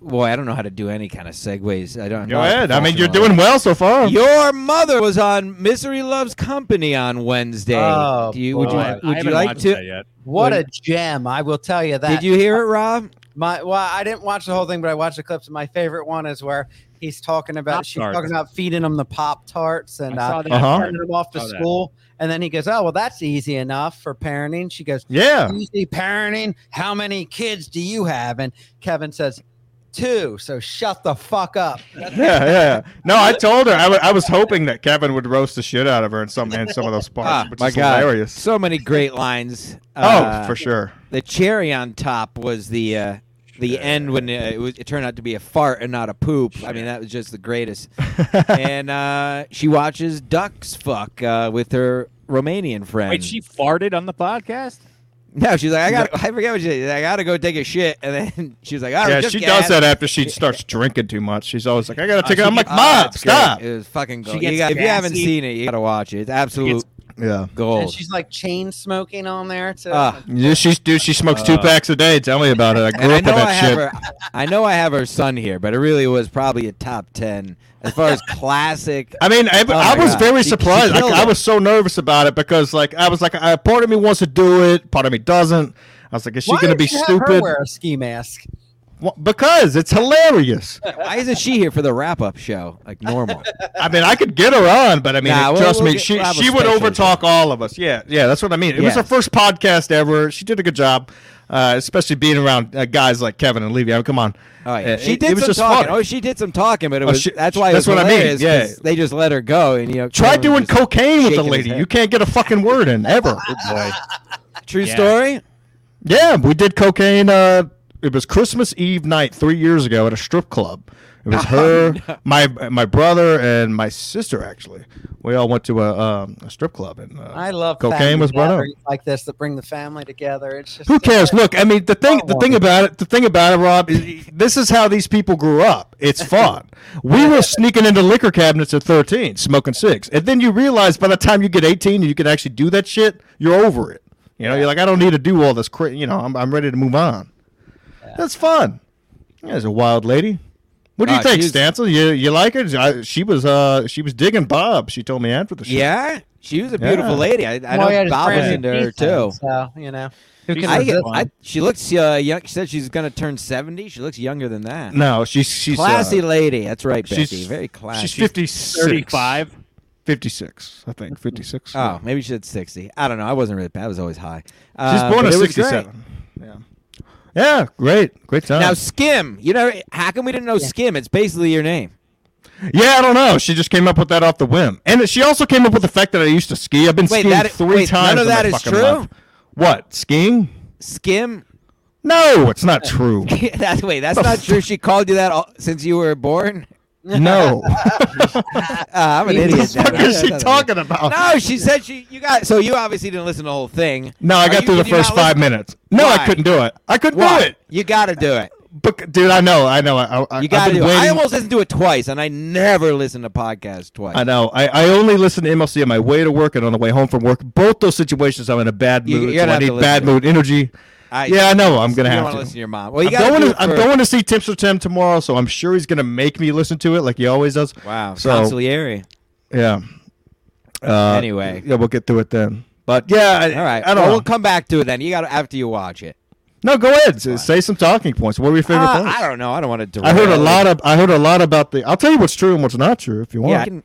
C: boy, I don't know how to do any kind of segues. I don't.
A: Go
C: I'm not
A: ahead. I mean, you're
C: professional.
A: doing well so far.
C: Your mother was on Misery Loves Company on Wednesday.
B: Oh,
C: Do you, would you,
B: boy.
D: I
C: would you
D: haven't
C: like
D: watched
C: to?
D: that yet.
B: What
C: Would-
B: a gem! I will tell you that.
C: Did you hear it, Rob?
B: My well, I didn't watch the whole thing, but I watched the clips. And my favorite one is where he's talking about she's
D: Pop-Tarts.
B: talking about feeding him the pop tarts and
D: I saw
B: uh,
D: that
A: Uh-huh.
D: part.
B: sending him off to
D: Saw that.
B: school. And then he goes, "Oh well, that's easy enough for parenting." She goes,
A: Yeah.
B: "Easy parenting? How many kids do you have?" And Kevin says, two. So shut the fuck up."
A: (laughs) Yeah, yeah. No, I told her. I wa- I was hoping that Kevin would roast the shit out of her in some in some of those parts,
C: Ah,
A: which
C: my
A: is
C: God.
A: hilarious.
C: So many great lines.
A: Oh,
C: Uh,
A: for sure.
C: The cherry on top was the uh, the end when uh, it, was, it turned out to be a fart and not a poop. I mean, that was just
A: (laughs)
C: the greatest. and uh, she watches ducks fuck uh, with her Romanian friend.
D: Wait, she farted on the podcast?
C: no, she's like,
A: (laughs)
C: I got, I forget what she. said. I gotta go take a shit, and then (laughs) she's like, I
A: Yeah,
C: just Ah,
A: she
C: got-
A: does that after she starts drinking too much. She's always like, "I gotta
D: Uh,
A: take
D: she
A: it." I'm like,
D: gets-
A: "Mom,
C: it's Oh, great.
A: stop!"
C: It was fucking gold.
D: She gets
C: You got- if you haven't
D: gassy.
C: seen it, you gotta watch it. It's absolute
A: Yeah.
B: And
C: gold.
B: she's like chain smoking on there too.
C: Ah.
A: Yeah, she's dude. She smokes two
D: Uh,
A: packs a day. Tell me about it. I grew
C: And I
A: up with
C: know I
A: that
C: have
A: shit.
C: her. I know I have her son here, but it really was probably a top ten as far
D: (laughs)
C: as classic.
A: I mean, I,
C: Oh my
A: I was
C: God.
A: very
C: She- she
A: surprised. Like,
C: killed
A: I
C: it.
A: was so nervous about it because, like, I was like, I, part of me wants to do it, part of me doesn't. I was like, is she
B: Why
A: going to be
B: did you have Her
A: stupid?
B: wear a ski mask.
A: Wh- Because it's hilarious.
C: Why isn't she here for the wrap up show like normal?
A: I mean, I could get her on, but I mean,
C: Nah, we'll-
A: trust
C: we'll
A: me,
C: get-
A: she
C: we'll have a
A: she would
C: special
A: overtalk all of us. Yeah, yeah, that's what I mean. It was her
C: Yes.
A: first podcast ever. She did a good job, uh, especially being around uh, guys like Kevin and Levy. I mean, come on. (laughs)
C: Oh yeah,
A: Uh,
C: she
A: it-
C: did
A: it was
C: some
A: just
C: talking.
A: funny.
C: Oh, she did some talking, but it
A: Oh,
C: was
A: she-
C: that's why it
A: that's
C: was
A: what I mean,
C: hilarious 'cause
A: yeah.
C: They just let her go, and you know,
A: Try
C: Cameron
A: doing
C: just-
A: cocaine with the
C: shaking his
A: lady.
C: head. Oh,
A: You can't get a fucking word in
C: (laughs)
A: ever.
C: True
D: Yeah.
C: story.
A: Yeah, we did cocaine. Uh, it was Christmas Eve night three years ago at a strip club. It
B: (laughs)
A: was
B: Oh,
A: her, my my brother, and my sister. Actually, we all went to a, um, a strip club and uh,
B: I love
A: cocaine
B: family
A: was brought up.
B: gatherings like this that bring the family together. It's just
A: Who cares? Look, I mean, the thing, the
B: want
A: thing
B: it.
A: about it, the thing about it, Rob, is this is how these people grew up. It's fun. we were sneaking into liquor cabinets at 13, smoking six, and then you realize by the time you get 18 and you can actually do that shit, you're over it. You know, you're like, I don't need to do all this. Cra- you know, I'm, I'm ready to move on. That's fun. Yeah, as a wild lady, What do you
C: Uh,
A: think,
C: she's-
A: Stancil? You you like her? I, she was uh she was digging Bob. She told me after the show.
C: Yeah, she was a beautiful
A: Yeah.
C: lady. I, I
B: Well, yeah,
C: know
B: it's
C: Bob was
B: brand
C: into
B: new
C: her
B: season,
C: too.
B: So you know, who
D: She's
B: can
D: a
C: I,
B: resist?
C: I, she looks uh, young. She said she's gonna turn seventy. She looks younger than that.
A: No, she's she's uh,
C: classy lady. That's right,
A: she's-
C: Becky. Very classy.
A: she's 56.
D: 35.
A: 56, I think. 56.
C: oh, maybe she said sixty. I don't know. I wasn't really. I was always high.
A: She's
C: Uh,
A: born
C: but
A: in
C: it was great.
A: 67. Yeah. Yeah, great. Great time.
C: Now Skim, you know how come we didn't know Skim? It's basically your name.
A: yeah, I don't know. She just came up with that off the whim. And she also came up with the fact that I used to ski. I've been
C: Wait,
A: skiing
C: that-
A: three
C: wait,
A: times.
C: none of
A: in my
C: that is
A: fucking
C: true?
A: life. What? Skiing?
C: Skim. (laughs)
A: No, it's not true.
C: that's wait. That's
A: (laughs)
C: not true. She called you that all, since you were born.
A: no.
C: Uh, I'm an idiot.
A: what the
C: now.
A: fuck is
C: (laughs)
A: she
C: That's-
A: talking about?
C: No, she said she. You got so you obviously didn't listen to the whole thing.
A: No, I
C: Are
A: got
C: you-
A: through the
C: did you
A: first
C: not
A: five
C: listen-
A: minutes. No,
C: Why?
A: I couldn't do it. I couldn't
C: Why?
A: do it.
C: You got to do it.
A: But, dude, I know. I know. I, I,
C: You got to
A: I've
C: do
A: been
C: it. I
A: waiting-
C: almost listened to it twice, and I never listen to podcasts twice.
A: I know. I, I only listen to MLC on my way to work and on the way home from work. Both those situations, I'm in a bad
C: You-
A: mood.
C: you're
A: so
C: gonna
A: I
C: have to
A: need
C: listen
A: bad
C: to it.
A: mood energy. yeah, I know. I'm gonna
C: you don't
A: have
C: wanna
A: to.
C: listen to your mom. Well, you
A: I'm,
C: got
A: going
C: do
A: to,
C: it
A: I'm
C: for-
A: going to see Tips with Tim tomorrow, so I'm sure he's gonna make me listen to it like he always does.
C: Wow,
A: So
C: consigliere.
A: yeah. Uh,
C: Anyway.
A: yeah, we'll get through it then. But yeah, I,
C: All right.
A: I don't
C: well,
A: know.
C: We'll come back to it then. You got to after you watch it.
A: no, go ahead. S- Say some talking points. What were your favorite
C: Uh,
A: points?
C: I don't know. I don't want to.
A: I heard a lot of. I heard a lot about the. I'll tell you what's true and what's not true if you want.
C: Yeah. I can-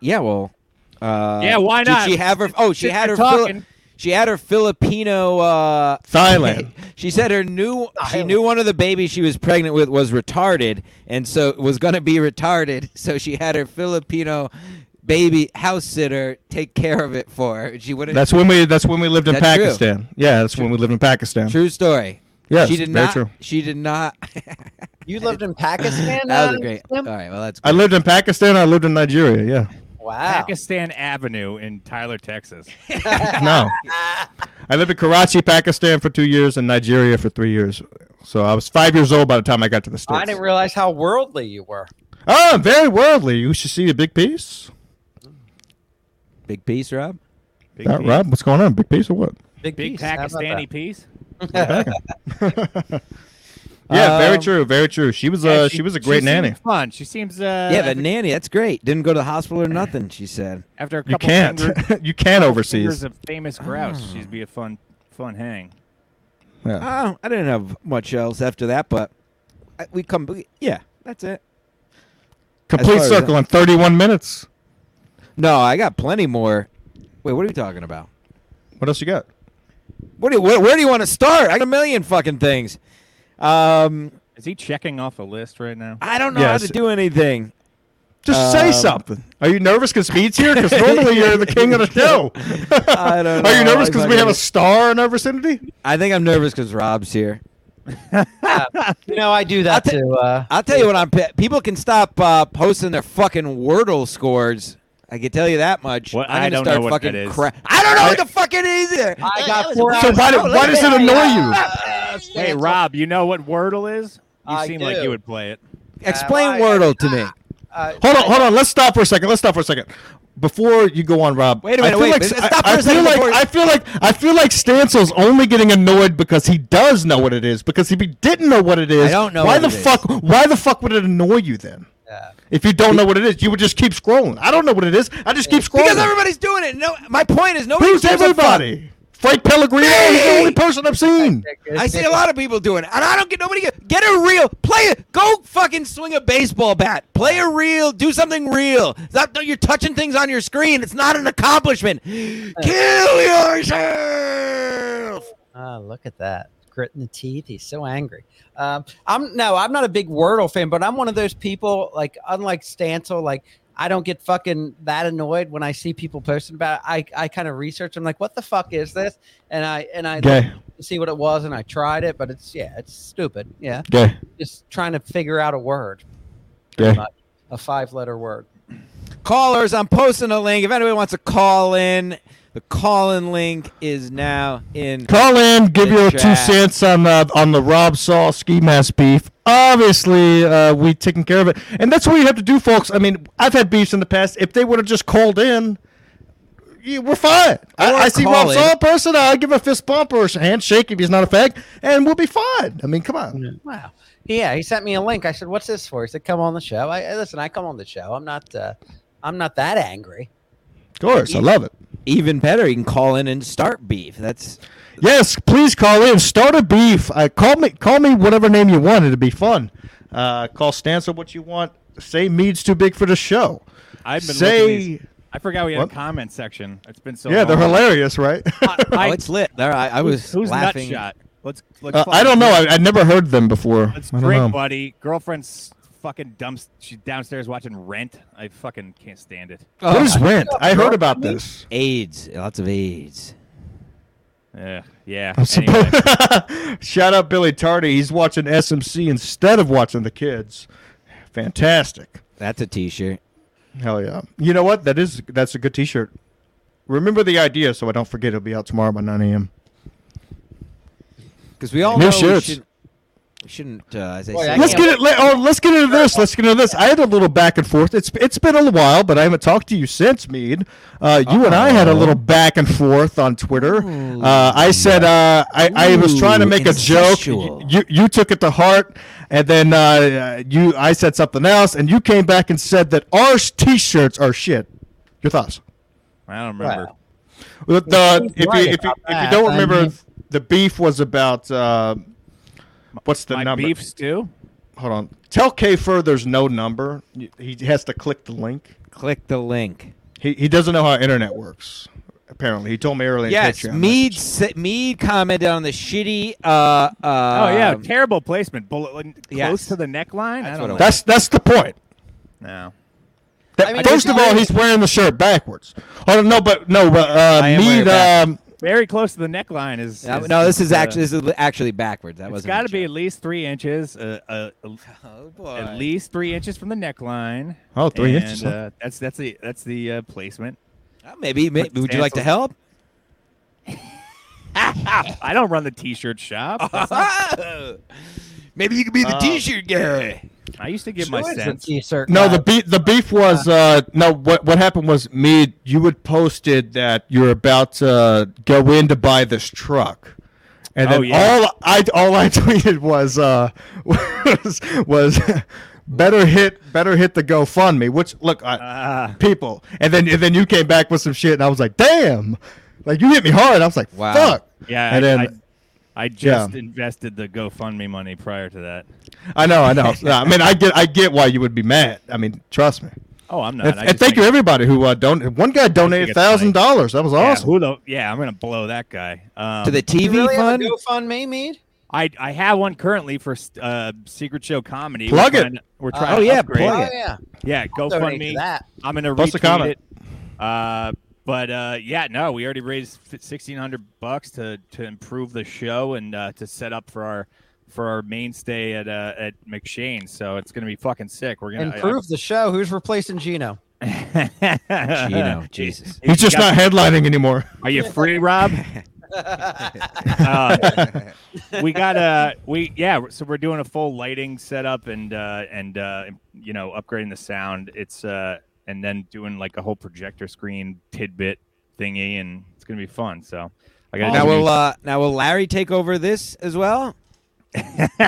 C: yeah. Well. Uh,
D: Yeah, why not?
C: Did she have her? Oh, she
D: Since
C: had her.
D: you're
C: Fili-
D: talking.
C: she had her Filipino. Uh,
A: Thailand.
C: (laughs) she said her new. She knew one of the babies she was pregnant with was retarded, and so was going to be retarded. (laughs) So she had her Filipino baby house sitter take care of it for her. She wouldn't.
A: That's when we. That's when we lived in
C: That's true.
A: Pakistan. Yeah, that's when we lived in Pakistan.
C: true story.
A: Yes,
C: she did
A: very
C: not.
A: true.
C: She did not. (laughs)
B: you lived
A: (laughs)
B: in Pakistan.
C: that was
B: uh,
C: a great. All
B: Tim?
C: right. Well, that's.
A: I lived in Pakistan. I lived in Nigeria. Yeah.
C: Ah.
B: Wow.
D: Pakistan Avenue in Tyler,
C: (laughs)
D: Texas.
A: No. I lived in Karachi, Pakistan for two years and Nigeria for three years. So I was five years old by the time I got to the States.
B: I didn't realize how worldly you were.
A: oh, I'm very worldly. You should see a big piece.
C: Big piece, Rob.
D: Big
A: That,
D: piece.
A: Rob, what's going on? Big piece or what?
B: Big,
D: Big
B: piece. How about that?
D: Pakistani piece.
A: (laughs) Yeah, very
C: Um,
A: true. Very true. She was
D: Yeah,
A: uh, she was a great
D: seems
A: nanny.
D: Fun. She seems. Uh,
C: Yeah, the
D: after-
C: nanny. That's great. Didn't go to the hospital or nothing. She said.
D: after a couple
A: You can't.
D: fingers-
A: you can't (laughs)
D: fingers
A: overseas. Hmm.
D: of famous grouse, she'd be a fun, fun hang.
A: Yeah.
C: Oh, I didn't have much else after that, but I, we come. we- Yeah, that's it.
A: Complete
C: far as
A: circle in 31 minutes.
C: No, I got plenty more. Wait, what are we talking about?
A: What else you got?
C: What do you, where, where do you want to start? I got a million fucking things. Um,
D: Is he checking off a list right now? (laughs)
C: I don't know how
A: Yes.
C: to do anything.
A: Just say
C: Um,
A: something. Are you nervous because Speed's here? (laughs) Because normally you're the king of the show. (laughs)
C: (laughs) I don't
A: Are you
C: know.
A: nervous
C: I
A: because we have a
C: fucking-
A: star in our vicinity?
C: I think I'm nervous because Rob's here. uh,
B: You know, I do that
C: I'll ta-
B: too. Uh,
C: I'll tell you what I'm. pe- People can stop uh, posting their fucking Wordle scores. I can tell you that much.
D: What-
C: I'm
D: I
C: gonna
D: don't
C: start
D: know what
C: fucking
D: that is.
C: cra- I don't know what the fuck it is either.
B: I
E: that
B: got
E: was
B: four
E: a-
A: So
B: hours.
A: why, do,
B: Oh,
A: why
B: look
A: does it
B: at
A: annoy
B: that.
A: you?
B: Uh,
D: Hey, Rob, you know what Wordle is? You
B: I
D: seem like
B: do.
D: you would play it.
C: Explain
B: why-
C: Wordle to me.
B: uh,
A: Hold on, hold on. Let's stop for a second. Let's stop for a second. Before you go on, Rob.
C: Wait a
A: I
C: minute,
A: feel
C: wait,
A: Like,
C: let's
A: I-
C: stop for
A: I,
C: a
A: feel
C: second
A: like
C: before-
A: I feel like I feel like Stancil's only getting annoyed because he does know what it is. Because if he didn't know what it is,
C: don't know
A: why
C: what
A: the
C: it is.
A: fuck why the fuck would it annoy you then?
B: Yeah.
A: If you don't know what it is, you would just keep scrolling. I don't know what it is. I just keep scrolling.
C: Because everybody's doing it. No, my point is nobody.
A: Who's
C: gives a fuck.
A: everybody? Frank Pellegrino is the
C: Me!
A: only person I've seen.
C: I see a lot of people doing it, and I don't get nobody. Get, get a real play it. Go fucking swing a baseball bat. Play a real. Do something real. Stop. You're touching things on your screen. It's not an accomplishment. Kill yourself.
B: Oh, look at that. Gritting the teeth. He's so angry. Um, I'm no, I'm not a big Wordle fan, but I'm one of those people like unlike Stancil, like I don't get fucking that annoyed when I see people posting about it. I, I kind of research. I'm like, what the fuck is this? And I and I looked
A: Gay,
B: to see what it was and I tried it, but it's yeah, it's stupid. Yeah.
A: gay,
B: Just trying to figure out a word,
A: gay.
B: a five letter word.
C: Callers, I'm posting a link. If anybody wants to call in, the call-in link is now in.
A: Call in, give
C: The
A: your two
C: chat.
A: cents on uh, on the Rob Saul ski mask beef. Obviously, uh, we taking care of it, and that's what you have to do, folks. I mean, I've had beefs in the past. If they would have just called in, you- we're fine. I,
C: Or
A: I see
C: call
A: Rob
C: it.
A: Saw in person. I give a fist bump or a handshake if he's not a fag, and we'll be fine. I mean, come on.
B: Wow. Yeah, he sent me a link. I said, "What's this for?" He said, "Come on the show." I I- listen. I come on the show. I'm not. Uh, I'm not that angry.
A: Of course, I love it.
C: Even better, you can call in and start beef. That's
A: Yes, please call in. Start a beef. Uh, call me. Call me whatever name you want. It'll be fun. Uh, call Stanza what you want. Say Mead's too big for the show.
D: I've been
A: Say-
D: looking these- I forgot we had
A: What?
D: a comment section. It's been so
A: yeah, they're
D: long.
A: hilarious, right?
C: (laughs) oh, it's lit. There, I, I was
D: Who's
C: laughing.
D: Nutshot? Let's. let's
A: (laughs) Uh, I
D: fucking
A: don't know.
D: drink.
A: I, I never heard them before.
D: let's
A: I don't
D: drink,
A: know.
D: buddy. Girlfriend's fucking dumb. She's downstairs watching Rent. I fucking can't stand it.
A: What is
C: Oh,
A: rent? I heard about this.
C: AIDS. Lots of AIDS.
D: Ugh, yeah.
A: I'm (laughs)
D: Anyway,
A: suppo- Shout out Billy Tardy. He's watching SMC instead of watching the kids. Fantastic.
C: That's a T-shirt.
A: Hell yeah. You know what? That is that's a good T-shirt. Remember the idea, so I don't forget. It'll be out tomorrow by 9 a.m.
C: Because we all
A: No
C: know
A: shirts.
C: we shouldn't. We shouldn't uh, as they
B: Boy,
C: say,
B: I
A: Let's
B: can't
A: get it. Let, oh, let's get into this. Let's get into this. I had a little back and forth. It's it's been a while, but I haven't talked to you since, Mead. Uh, you and I had a
C: Uh-oh.
A: little back and forth on Twitter. Uh, I said uh, I, I was trying to
C: Ooh,
A: make a joke. You,
C: incestual.
A: you you took it to heart, and then uh, you I said something else, and you came back and said that our t-shirts are shit. Your thoughts?
D: I don't remember.
B: Wow.
A: With
B: Well,
A: the,
B: he's
A: if you
B: right
A: if you,
B: about
A: if you
B: that.
A: don't
B: I
A: remember,
B: mean-
A: the beef was about uh, what's the
D: My
A: number?
D: beef
C: Um,
D: stew.
A: hold on. Tell K Fur there's no number. He has to click the link.
C: click the link.
A: He he doesn't know how internet works. Apparently, he told me earlier. in
C: Yes,
A: Patreon.
C: Mead. sa- Mead commented on the shitty. Uh, uh,
D: Oh yeah, terrible placement. Bullet like, close
C: yes.
D: to the neckline. I
C: That's
D: don't
C: what
D: know.
C: it was.
A: That's that's the point.
D: No.
A: That-
B: I mean,
A: first
B: it's
A: of all,
B: not-
A: he's wearing the shirt backwards. Hold on, no, but no, but uh,
C: I am wearing it
A: Mead. Um,
D: Very close to the neckline is.
C: Uh, no, this is actually this is li- actually backwards. That
D: It's
C: was
D: got to be at least three inches. Uh, uh, uh,
C: (laughs) Oh boy.
D: at least three inches from the neckline.
A: Oh, three
D: and,
A: inches, huh?
D: Uh, that's that's the that's the uh, placement.
C: Uh, maybe, maybe. Would you like to
D: (laughs)
C: help?
D: I don't run the t-shirt
C: (laughs)
D: shop. That's not- Oh.
C: maybe you could be the
D: Um,
A: Oh.
C: T-shirt guy.
D: I used to give my
B: Sure, it's a
D: sense.
B: t-shirt
A: no,
B: guy.
A: the beef the beef was uh, no. What what happened was Mead. You had posted that you're about to go in to buy this truck. And then
D: Oh, yeah.
A: all I all I (laughs) tweeted was uh, (laughs) was was (laughs) better hit better hit the GoFundMe. Which look, I,
D: Ah.
A: people. And then and then you came back with some shit, and I was like, damn, like you hit me hard. I was like,
C: Wow.
A: fuck.
D: Yeah,
A: And
D: I,
A: then
D: I, I just invested the GoFundMe money prior to that.
A: I, know, I
D: (laughs)
A: know. Yeah, I mean, I get I get why you would be mad. I mean, trust me.
D: Oh, I'm not.
A: And,
D: I
A: and
D: just
A: thank you
D: think-
A: everybody who uh, donated. One guy donated
D: it's funny.
A: thousand dollars. That was
D: Yeah,
A: awesome.
D: who the, yeah, I'm gonna blow that guy. Um,
C: to the
B: You
C: TV
B: really have
C: fund.
B: a GoFundMe, Mead?
D: I I have one currently for uh, Secret Show comedy.
A: Plug
D: we're
A: it.
D: Trying, to- we're
B: Uh,
D: trying.
C: oh,
D: to
C: yeah,
D: upgrade.
C: plug
B: Oh
C: it.
B: yeah.
D: Yeah,
B: I'll donate
D: GoFundMe.
B: to that.
D: I'm gonna
A: Post a
D: retweet
A: comment.
D: it. Uh, but uh, yeah, no, we already raised sixteen hundred bucks to to improve the show and uh, to set up for our for our mainstay at uh, at McShane. So it's gonna be fucking sick. We're gonna
B: Improve the show. Who's replacing
D: (laughs)
B: Gino? (laughs)
D: Gino, (laughs)
C: Gino, Jesus.
A: He's just not headlining anymore.
D: Are you free, Rob? Uh, we got uh, we yeah. So we're doing a full lighting setup and uh, and uh, you know upgrading the sound. It's uh, and then doing like a whole projector screen tidbit thingy, and it's gonna be fun. So I got
C: Now will uh, now will Larry take over this as well?
D: (laughs)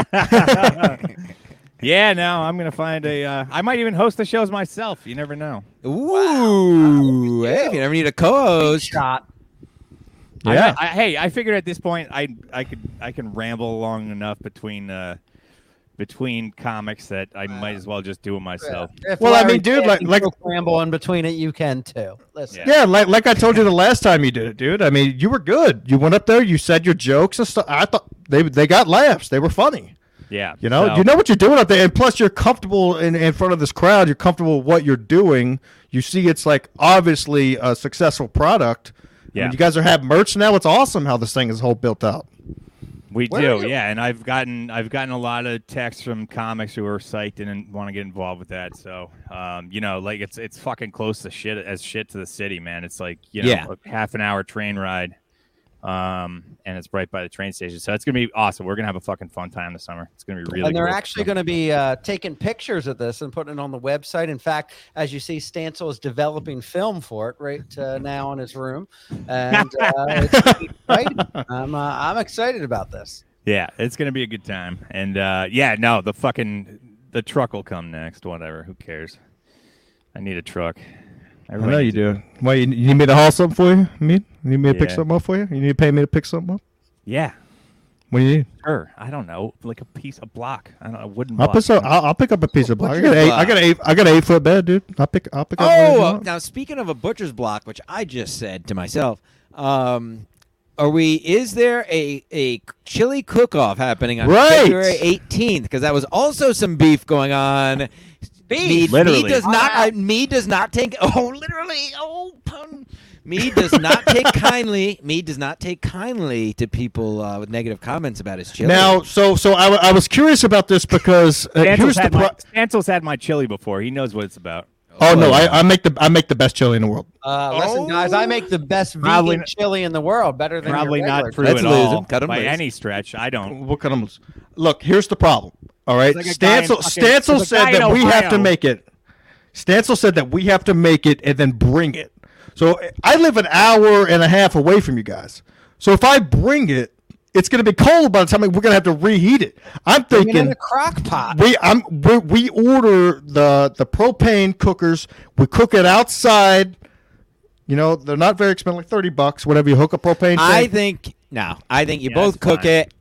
D: yeah. Now I'm gonna find a. Uh, I might even host the shows myself. You never know.
C: Ooh, hey, if you never need a co-host.
B: Shot.
D: I-
A: Yeah.
D: I, hey, I figured at this point I I could I can ramble long enough between uh between comics that I might as well just do it myself.
B: If
A: Well, I mean,
B: Larry
A: dude,
B: can,
A: like-
B: you
A: like-
B: can ramble in between it, you can too. Listen,
A: Yeah, like like I told you the last time you did it, dude. I mean, you were good. You went up there, you said your jokes and stuff. I thought they they got laughs. They were funny.
D: Yeah.
A: You know,
D: so-
A: you know what you're doing up there, and plus you're comfortable in, in front of this crowd. You're comfortable with what you're doing. You see, it's like obviously a successful product. Yeah,
D: Yeah.
A: you guys are have merch now. It's awesome how this thing is whole built out.
D: we
B: Where
D: do,
B: are you-
D: yeah. And I've gotten I've gotten a lot of texts from comics who are psyched and want to get involved with that. So um, you know, like it's it's fucking close to shit as shit to the city, man. It's like, you know,
C: Yeah.
D: a half an hour train ride. um, and it's right by the train station. So it's gonna be awesome. We're gonna have a fucking fun time this summer. It's gonna be really.
B: and they're
D: cool.
B: actually going to be uh, taking pictures of this and putting it on the website. In fact, as you see, Stancil is developing film for it right uh, now in his room, and uh, it's pretty exciting. I'm uh, I'm excited about this.
D: Yeah, it's gonna be a good time. And uh, yeah, no, the fucking the truck will come next. Whatever, who cares? I need a truck.
A: I know you do. Why you, you need me to haul something for you? Me? You need me to pick
D: Yeah.
A: something up for you? You need to pay me to pick something up?
D: Yeah,
A: What do you need?
D: sure. I don't know, like a piece, a block, I don't know, a wooden
A: I'll
D: block.
A: pick up. I'll, I'll pick up a piece of block. I
C: What's
A: got
C: your
A: eight. I got an eight. I got an eight foot bed, dude. I'll pick. I'll pick up. whatever you
C: Oh,
A: want.
C: now speaking of a butcher's block, which I just said to myself, um, are we? Is there a a chili cook-off happening on
A: Right.
C: February 18th? Because that was also some beef going on. Beef, me,
D: Literally.
C: does not. I, me does not take. (laughs) Oh, literally. Oh, pun. Me does not take kindly. Me does not take kindly to people uh, with negative comments about his chili.
A: Now, so so I, w- I was curious about this because uh,
D: Santos
A: here's the.
D: had,
A: Pro-
D: my, Santos had my chili before. He knows what it's about.
A: oh no,
C: Oh, yeah.
A: I, I make the I make the best chili in the world.
B: Uh, Listen, guys, I make the best
D: Probably
B: vegan
D: not-
B: chili in the world, better than your
D: Probably
B: regular
D: not true
B: chili.
C: Let's
D: at
C: lose
D: all
C: him. Cut him
D: by
C: loose.
D: any stretch. I don't.
A: What kind of look? Here's the problem. All right,
D: It's like a guy in
A: Stancil
D: fucking-
A: Stancil
D: it's a guy
A: said
D: in
A: that we have to
D: Ohio.
A: make it. Stancil said that we have to make it and then bring it. So I live an hour and a half away from you guys. So if I bring it, it's going to be cold by the time we're going to have to reheat it. I'm
B: Bring it in
A: thinking
B: a crock pot.
A: we I'm we, we order the the propane cookers. We cook it outside. You know they're not very expensive, like thirty bucks. Whatever you hook a propane.
C: I
A: thing.
C: think no. I think you
D: Yeah,
C: both
D: it's
C: cook
D: fine.
C: it.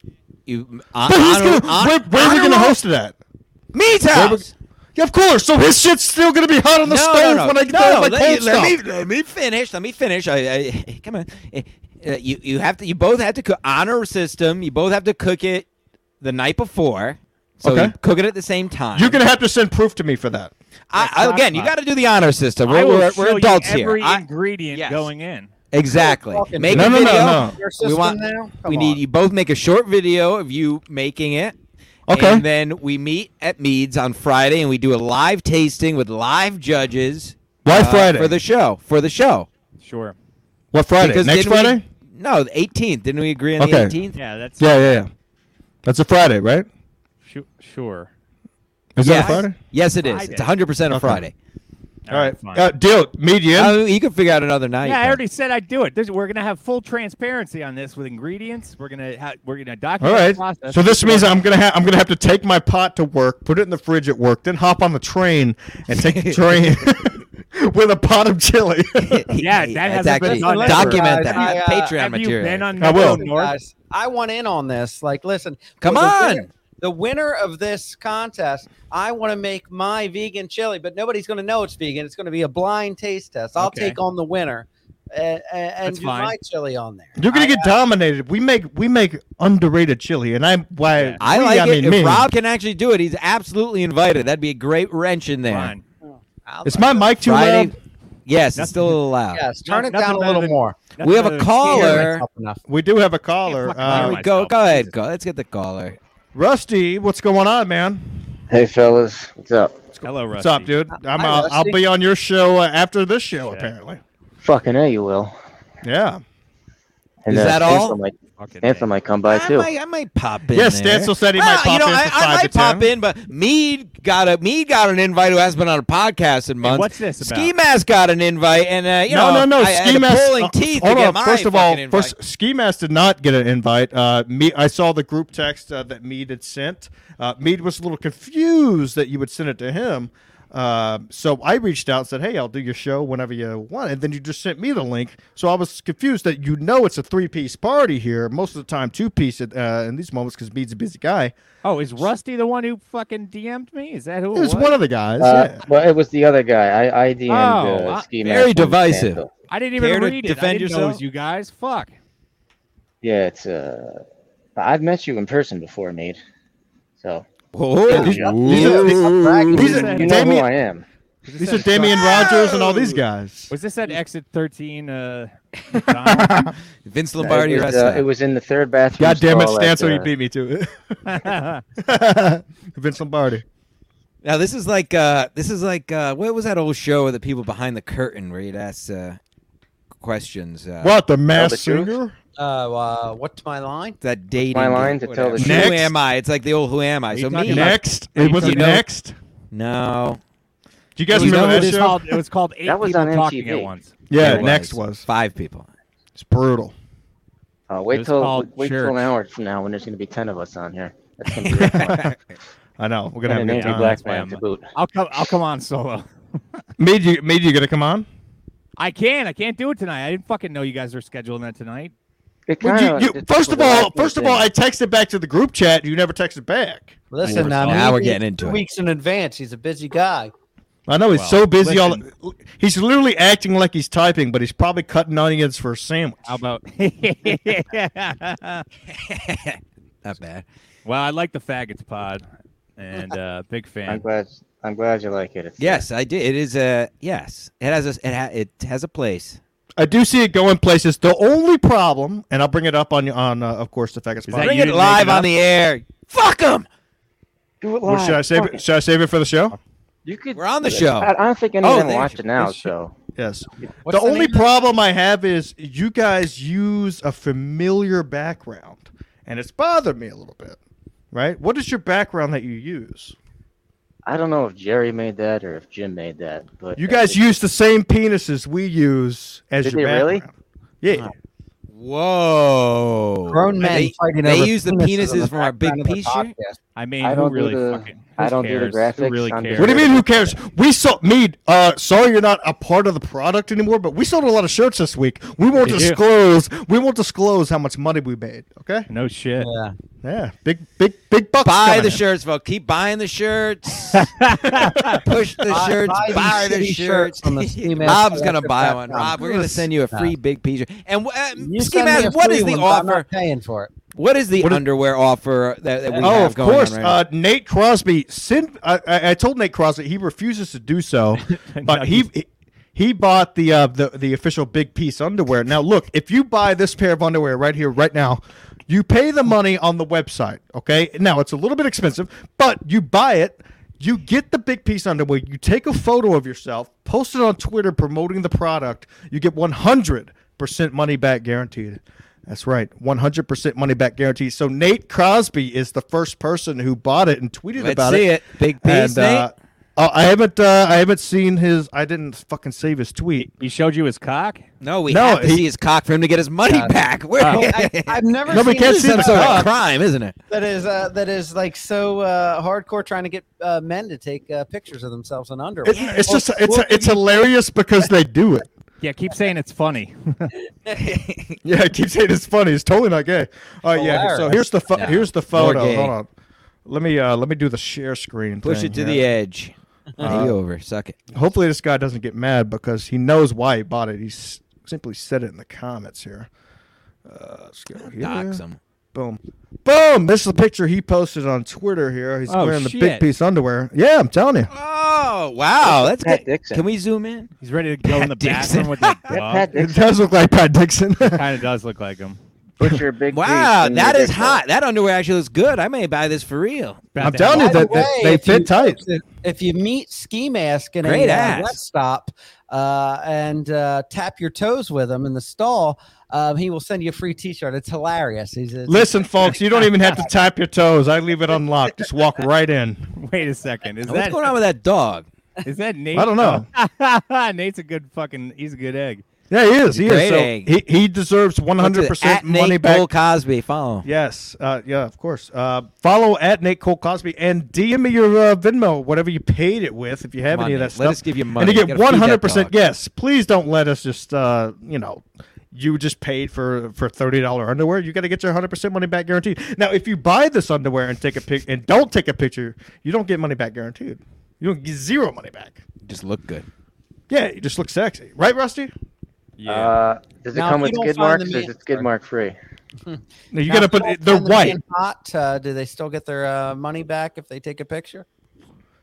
C: You. Uh,
A: But he's
C: honor-
A: gonna,
C: hon-
A: where, where are we going to
C: honor-
A: host it at?
C: Me's
A: Where we-
C: house.
A: Yeah, of course. So his shit's still going to be hot on the stove when I get
C: no,
A: there
C: no,
A: with my
C: let,
A: cold
C: you- let
A: stuff.
C: me let me finish. Let me finish. I, I come on. Eh, eh, You you have to. You both have to cook honor system. You both have to cook it the night before. So
A: Okay.
C: you cook it at the same time.
A: You're going to have to send proof to me for that.
C: I, I- again. You got to do the honor system. We're,
D: I will
C: we're,
D: show
C: we're adults
D: you every
C: here. I-
D: ingredient
C: Yes.
D: going in.
C: exactly.
B: Fucking-
C: Make
A: No,
C: a
A: no, no,
C: video.
A: no.
B: Your
C: We
B: system
C: want.
B: now? Come
C: we
B: on.
C: need you both make a short video of you making it.
A: Okay.
C: And then we meet at Meads on Friday, and we do a live tasting with live judges.
A: Why
C: uh,
A: Friday?
C: for the show? For the show.
D: Sure.
A: What Friday?
C: Because
A: Next
C: didn't we-
A: Friday?
C: no, the 18th. Didn't we agree on
A: Okay.
C: the 18th?
D: Yeah, that's
A: Yeah, yeah, yeah. That's a Friday, right?
D: Shu- sure.
A: Is
C: yes.
A: that a Friday?
C: Yes, it is. It's
D: Friday.
C: 100 percent a
A: Okay.
C: Friday.
A: All right.
D: fine.
A: Uh, deal. Medium.
C: Oh, you can figure out another night.
D: yeah, I
C: but- (laughs)
D: already said I'd do it. There's, we're gonna have full transparency on this with ingredients. We're gonna ha- we're gonna
A: All
D: document
A: right.
D: the process.
A: So this means I'm gonna have I'm gonna have to take my pot to work, put it in the fridge at work, then hop on the train and take
C: (laughs)
A: the train (laughs) with a pot of chili. (laughs)
D: Yeah, that
C: That's
D: hasn't been
C: actually-
D: done ever.
C: document that
B: I, uh,
C: Patreon
D: have you
C: material.
D: been on
A: I will.
D: Metro
B: Listen,
D: Oh, North?
B: Oh, guys, I want in on this. Like, listen,
C: Come
B: the
C: on.
B: winner- the winner of this contest, I want to make my vegan chili, but nobody's going to know it's vegan. It's going to be a blind taste test. I'll
D: Okay.
B: take on the winner and, and, and
D: That's
B: do
D: fine.
B: my chili on there.
A: You're gonna get dominated. We make we make underrated chili, and I'm why
D: Yeah.
C: I
A: we,
C: like
A: I
C: it.
A: mean,
C: if
A: me.
C: Rob can actually do it, he's absolutely invited. That'd be a great wrench in there.
D: Fine.
B: I'll-
A: Is my mic too
C: Friday.
A: loud?
C: Yes,
D: Nothing-
C: it's still allowed.
B: Yes, turn
D: No-
B: it down
D: nothing
B: a
D: better
B: little
D: than-
B: more.
D: Nothing
C: We have a
D: better than
C: call.
D: scaring
C: Caller.
B: Up enough.
A: We do have a caller.
D: fucking
A: Uh,
C: There
D: hear
C: we
D: myself.
C: go. Go ahead. Go. Let's get the caller.
A: Rusty, what's going on, man?
E: Hey fellas, what's up?
D: myself. Hello, Rusty.
A: What's up, dude? I'm,
B: Hi,
A: uh, I'll
B: Rusty.
A: be on your show uh, after this show,
D: Yeah.
A: apparently.
E: Fucking A, you will.
A: Yeah.
E: And,
C: Is that all?
E: Stancil Might,
D: Fucking
E: Stancil might come by
C: I
E: too.
C: might, I might pop in.
A: Yeah,
C: there.
A: Stancil said he
C: Well,
A: might pop
C: you know,
A: in
C: I,
A: for
C: I
A: five
C: might
A: to
C: pop
A: 10.
C: in, but Mead got a Mead got an invite who hasn't been on a podcast in months.
D: what's this about?
C: Ski Mask got an invite, and uh, you
A: no,
C: know,
A: no, no.
C: I,
A: Ski
C: I had to
A: Mask.
C: pulling
A: uh,
C: teeth
A: hold
C: to get
A: on.
C: my
A: First of all,
C: fucking invite.
A: first Ski Mask did not get an invite. Uh, me, I saw the group text uh, that Mead had sent. Uh, Mead was a little confused that you would send it to him. Uh, so I reached out and said, "Hey, I'll do your show whenever you want." And then you just sent me the link. So I was confused that you know it's a three-piece party here. Most of the time, two-piece uh, in these moments because Mead's a busy guy.
D: Oh, is Rusty the one who fucking DM'd me? Is that who?
A: It was one of the guys.
E: Uh,
A: yeah.
E: Well, it was the other guy. I I DM'd
D: Oh,
E: uh,
D: uh,
E: Ski
C: very
E: Mask and
C: divisive.
E: Stancil.
D: I didn't even
C: Care to
D: read it. I
C: defend
D: didn't know it
C: yourself?
D: was you guys. Fuck.
E: Yeah, it's uh, I've met you in person before, mate. So
B: Ooh.
C: Whoa.
E: These-
A: These
E: you
A: are-
E: know who I
A: Damien,
E: am.
D: Was this
A: these are
D: at-
A: Damian Rogers and all these
E: (laughs)
A: guys.
D: Was this at exit thirteen? Uh,
A: (laughs)
D: McDonald's?
C: Vince Lombardi.
E: it, was, uh, it was in the third bathroom.
A: God damn it,
E: stall at,
A: Stancil, you
E: uh,
A: beat me to it.
D: (laughs) That's
A: (laughs) Vince Lombardi.
C: now this is like uh, this is like uh, what was that old show with the people behind the curtain where you'd ask uh, questions. Uh,
A: What the mass
E: the truth?
A: singer?
B: Uh, uh, what's my line?
C: that dating?
E: my line to tell the
C: whatever.
A: truth?
C: Who am I? It's like the old Who am I?
D: Are you
C: So me?
D: talking about-
A: Next, it was
C: You
A: it
C: know-
A: next.
C: No.
A: Do you guys
D: It was-
A: remember
D: it
A: that
D: was
A: show?
D: called- it was called eight
E: That was
D: people
E: on
D: talking
E: MTV.
D: at once.
A: yeah,
C: It
A: next was.
C: five people.
A: It's brutal.
E: Uh,
D: It
E: wait
D: was
E: till
D: called
E: wait till
D: Church.
E: an hour from now when there's going to be ten of us on here.
A: (laughs)
E: That's going to be real fun.
A: I know. We're gonna
E: and
A: have
E: an
A: a good
E: angry
A: time.
E: black
D: why
E: man
D: I'm-
E: to boot.
D: I'll come. I'll come on solo.
A: Made you, made you gonna come on?
D: I can. I can't do it tonight. I didn't fucking know you guys were scheduling that tonight.
E: It
A: Would you-
E: kinda-
A: you-
E: it's
A: first
E: a
A: of all,
E: relaxing
A: first of
E: thing.
A: all, I texted back to the group chat. You never texted back.
B: Listen, um,
C: Now
B: he-
C: we're getting into it.
B: Weeks in advance. He's a busy guy.
A: I know he's
D: Well,
A: so busy.
D: listen.
A: All he's literally acting like he's typing, but he's probably cutting onions for a sandwich.
D: How (laughs) about?
C: Not bad.
D: well, I like the faggots pod, and uh, big fan.
E: I'm glad. I'm glad you like it. It's,
C: Yes, I did. It is a yes. It has a it, ha, it has a place.
A: I do see it going places. The only problem, and I'll bring it up on on uh, of course the faggot
D: that
A: spot.
D: you
C: Bring it
D: didn't make
C: live
D: it
C: on
D: up?
C: the air. Fuck them.
E: Do it
A: Or
E: live.
A: should I save
E: Fuck
A: it? Should I save it for the show?
E: You could.
C: We're on the show.
E: I, I don't think any
C: Oh,
E: of them
C: they
E: watch
C: should-
E: it now.
C: they should-
E: So
A: Yes.
B: What's
A: the,
B: the
A: only
B: name of it?
A: problem I have is you guys use a familiar background, and it's bothered me a little bit. Right? What is your background that you use?
E: I don't know if Jerry made that or if Jim made that, but uh,
A: You guys
E: you.
A: use the same penises we use as
E: Did
A: your
E: they really?
A: background. Yeah.
C: Whoa.
B: Grown
C: And
B: men
C: Oh. They,
B: fighting
C: they
B: over
C: use the
B: penises on
C: penises from our big
B: background of the
C: piece shirt.
B: podcast.
D: I mean,
E: I
D: who
E: don't do
D: really
E: the-
D: fucking?
E: I
D: who
E: don't do the
D: cares? Who
E: graphics.
D: really
E: I'm just-
D: cares?
A: What do you mean? Who cares? We sold me. Uh, sorry, you're not a part of the product anymore, but we sold a lot of shirts this week. We won't
D: Did you?
A: disclose. We won't disclose how much money we made. Okay.
D: No shit.
B: Yeah.
A: Yeah. Big, big, big bucks.
C: Buy
A: coming
C: the
A: in.
C: shirts, folks. Keep buying
B: (laughs)
C: the shirts. Push the
B: Buy-
C: shirts.
B: buy
C: Buy,
B: these
C: the
B: shitty
C: shirts.
B: shirts
C: (laughs)
B: on the Ski Mask
C: Rob's gonna
B: Collective
C: buy
B: dot
C: one.
B: com.
C: Rob, we're gonna send you a free big piece shirt. And uh,
B: You
C: Ski
B: send me a
C: Mask, what
B: free
C: is the
B: one, but I'm
C: offer?
B: not paying for it.
C: What is the
A: What is-
C: underwear offer that, that we
A: Oh,
C: have
A: of
C: going
A: course.
C: on right now?
A: uh, Nate Crosby. Send, I, I I told Nate Crosby he refuses to do
C: (laughs)
A: so, but he. he he bought the uh, the the official big piece underwear. Now look, if you buy this pair of underwear right here, right now, you pay the money on the website. Okay, now it's a little bit expensive, but you buy it, you get the big piece underwear. You take a photo of yourself, post it on Twitter promoting the product. You get one hundred percent money back guaranteed. That's right, 100% money back guarantee. So Nate Crosby is the first person who bought it and tweeted
C: Let's
A: about
C: see it. Big piece,
A: And, uh, oh, I haven't, uh, I haven't seen his. I didn't fucking save his tweet.
D: (laughs) He showed you his cock.
C: No, we
A: No,
C: have to
A: he-
C: see his cock for him to get his money back.
A: (laughs)
C: We're- (laughs)
B: I, I've never
A: No, we
B: seen
A: can't
B: this
A: see the
C: some sort
A: cock.
C: of crime, isn't it?
B: that is uh, that is like so uh, hardcore trying to get uh, men to take uh, pictures of themselves in underwear.
A: It- it's just, it's, it's hilarious because they do it.
D: Yeah, keep saying it's funny.
A: (laughs)
D: (laughs)
A: Yeah, I keep saying it's funny. It's totally not gay. Oh yeah. So
B: Hilarious.
A: here's the, pho-
C: No,
A: here's the
C: more
A: photo.
C: gay.
A: Hold on. Let me, uh, let me do the share screen.
C: Push
A: thing
C: it to
A: here.
C: the edge.
A: Uh-huh.
C: Knee over. Suck it.
A: Hopefully, this guy doesn't get mad because he knows why he bought it. He s- simply said it in the comments here. Uh, let's go here.
C: Dox him.
A: Boom. Boom. This is the picture he posted on Twitter here. He's
D: Oh,
A: wearing the big
D: shit.
A: piece underwear. Yeah, I'm telling you.
C: Oh wow, that's
E: Pat
C: good.
E: Dixon.
C: Can we zoom in?
D: He's ready to go in (laughs) the
C: Pat Dixon.
D: bathroom with that
E: That
D: dog.
E: Pat
A: It (laughs)
E: Dixon
A: does look like Pat Dixon. (laughs)
D: Kind of does look like him.
E: put your big.
C: Wow,
E: piece in
C: that
E: your
C: is
E: dick
C: hot. That underwear actually looks good. I may buy this for real.
A: I'm
D: About that
A: telling you
D: long.
A: that that they
B: if
A: fit
B: you-
A: tight.
B: If you meet Ski Mask in
C: Great
B: a
C: ass.
B: uh, rest stop uh, and uh, tap your toes with him in the stall, um, he will send you a free T-shirt. It's hilarious. He's a,
A: Listen, folks, you don't even have to tap your toes. I leave it unlocked. Just walk right in.
D: (laughs) Wait a second. Is
C: What's
D: that
C: going on with that dog?
D: is that Nate?
A: I don't know.
D: know. (laughs) Nate's a good fucking. He's a good egg.
A: Yeah, he is. He is. So
C: Great.
A: he, he deserves
C: What's it,
A: 100%
C: at Nate
A: money back.
C: Cole Cosby. Follow. him.
A: Yes. Uh, yeah, of course. Uh, follow at Nate Cole Cosby and DM me your uh, Venmo, whatever you paid it with, if you have
C: Come
A: any of
C: on,
A: that
C: Nate.
A: stuff.
C: Let us give you money.
A: And
C: You
A: you get
C: gotta feed that
A: 100%
C: dog.
A: yes. Please don't let us just, uh, you know, you just paid for for $30 underwear. You got to get your 100% money back guaranteed. Now, if you buy this underwear and take a pic and don't take a picture, you don't get money back guaranteed. You don't get zero money back.
C: Just look good.
A: Yeah, you just look sexy. Right, Rusty?
E: hole.
D: Yeah.
E: Uh, does it
B: Now,
E: come
B: if
E: with
B: you don't find
E: skid
B: the
E: marks or is
B: man-
E: it skid mark free?
A: No, You
B: Now,
A: got to
B: if
A: put
B: you don't
A: they're
B: find the
A: white.
B: man Hot? Uh, do they still get their uh, money back if they take a picture?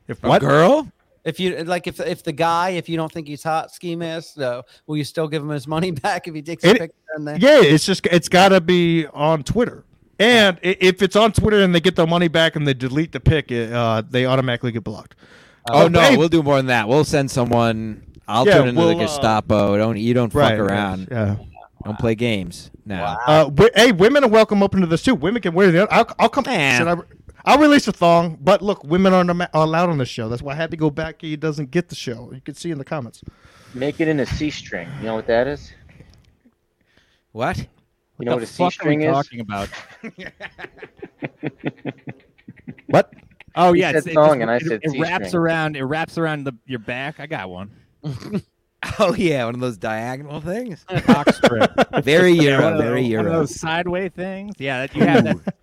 A: If
C: A
A: what?
E: Uh,
C: girl?
B: If you like, if if the guy, if you don't think he's hot, Ski Mask, no, will you still give him his money (laughs) back if he takes a
A: It-
B: picture? And then
A: Yeah, it's just it's got to be on Twitter. And i- if it's on Twitter and they get their money back and they delete the pic, it, uh, they automatically get blocked.
C: Oh, no,
A: hey,
C: we'll do more than that. We'll send someone. I'll
A: Yeah,
C: turn into
A: we'll,
C: the
A: uh,
C: Gestapo. don't you don't
A: right,
C: fuck around.
A: Yeah.
C: Don't play games. No.
A: Uh, wi- hey, women are welcome open to this too. Women can wear the. I'll, I'll come.
C: Eh.
A: Should I, I'll release a thong, but look, women aren't ama- allowed on this show. That's why Happy Go Backy doesn't get the show. You can see in the comments.
E: Make it in a C string. You know what that is?
C: What?
E: You know what a C
D: fuck are we
E: string is?
D: talking about?
A: What?
D: Oh
E: You
D: yeah,
E: said
D: it's- it
E: thong
D: just-
E: and I
D: it,
E: said
D: it wraps
E: C-string.
D: around. It wraps around the, your back. I got one.
C: (laughs) Oh yeah, one of those diagonal things.
D: (laughs) Box strip.
C: Very
D: Yeah, one
C: Euro, very
D: of those- One of
C: Euro.
D: those sideway things. Yeah, that you have that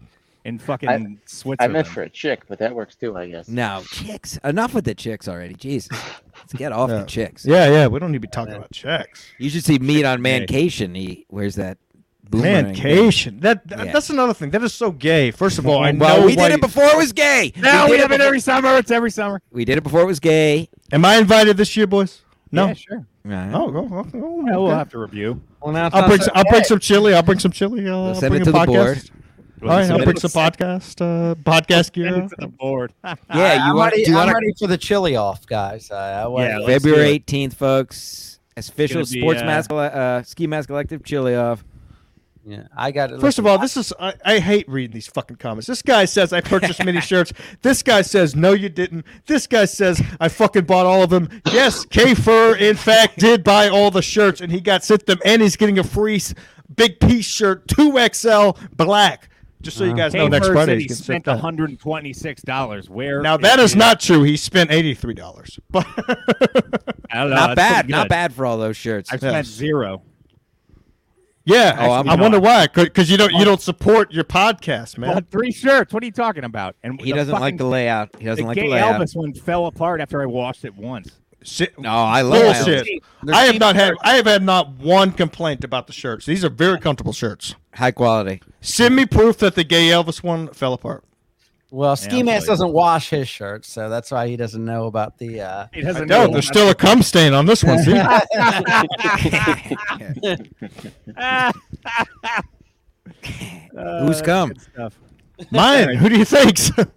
D: in fucking
E: I- I
D: Switzerland.
E: meant for a chick, but that works too, I guess.
C: No, chicks. Enough with the chicks already. Jeez. Let's get off
A: Yeah.
C: the chicks.
A: Yeah, yeah. We don't need to be talking about checks.
C: You should see meat on
D: Hey.
C: Mancation. He wears that boomerang.
A: Mancation. That, that-
C: Yeah.
A: that's another thing. That is so gay. First
C: (laughs)
A: of all, I know
C: Well, we
A: why-
C: did it before it was gay.
D: Now we
C: did
D: have it
C: befo-
D: every summer. It's every summer.
C: We did it before it was gay.
A: Am I invited this year, boys? No.
D: Yeah, sure.
A: Oh, oh, oh, oh,
D: Yeah, we'll
A: okay.
D: have to review.
B: Well, now it's
A: I'll
B: not
A: bring.
B: so
A: I'll bring
B: bad.
A: some chili. I'll bring some chili. I'll, I'll
C: send
A: bring
C: it to
A: a
C: the
A: podcast.
C: board.
A: All right, I'll
D: Send
A: bring
D: it-
A: some podcast uh, podcast
D: send
A: gear.
D: it to the board. (laughs)
C: Yeah, you
B: I'm
C: want?
B: ready,
C: Do you
B: I'm
C: want
B: ready for the chili off, guys. Uh, I want
D: Yeah, let's do
C: February
D: it.
C: eighteenth, folks? As official
D: gonna be,
C: sports
D: uh,
C: mask, uh, ski mask collective chili off.
B: yeah, I got it.
A: First of all, this is I, I hate reading these fucking comments. This guy says I purchased many shirts. This guy says no, you didn't. This guy says I fucking bought all of them. Yes, K Fur in fact did buy all the shirts, and he got sent them, and he's getting a free s- big piece shirt, two XL black. Just so you guys know,
D: Came
A: next
D: first
A: Friday
D: and
A: he's
D: he
A: getting
D: spent
A: sent that.
D: one hundred and twenty-six dollars. Where
A: Now that is
D: it
A: not true. He spent eighty three dollars. (laughs) But
D: I don't know,
C: not
D: that's pretty
C: bad, not
D: good.
C: bad for all those shirts.
D: I spent zero.
A: yeah,
C: Oh, I'm
A: I wonder why. Because you don't you don't support your podcast,
D: Well,
A: man.
D: three shirts. What are you talking about? And
C: he
D: the
C: doesn't like
D: fucking-
C: the layout. He
D: The
C: doesn't like
D: gay
C: the layout.
D: Elvis one fell apart after I washed it once.
A: Shit.
C: No, I love
A: Bullshit.
C: Elvis.
A: I have not had I have had not one complaint about the shirts. These are very comfortable shirts.
C: High quality. (laughs)
A: Send me proof that the gay Elvis one fell apart.
B: well,
D: Yeah,
B: Ski
D: I'm
B: Mask
D: sorry.
B: doesn't wash his shirts, so that's why he doesn't know about the. Uh,
D: He doesn't
A: No,
D: know.
A: there's still a cum stain on this one.
B: (laughs)
A: See,
D: Uh,
C: Who's come?
D: Uh, good stuff.
A: mine. Who do you think? (laughs)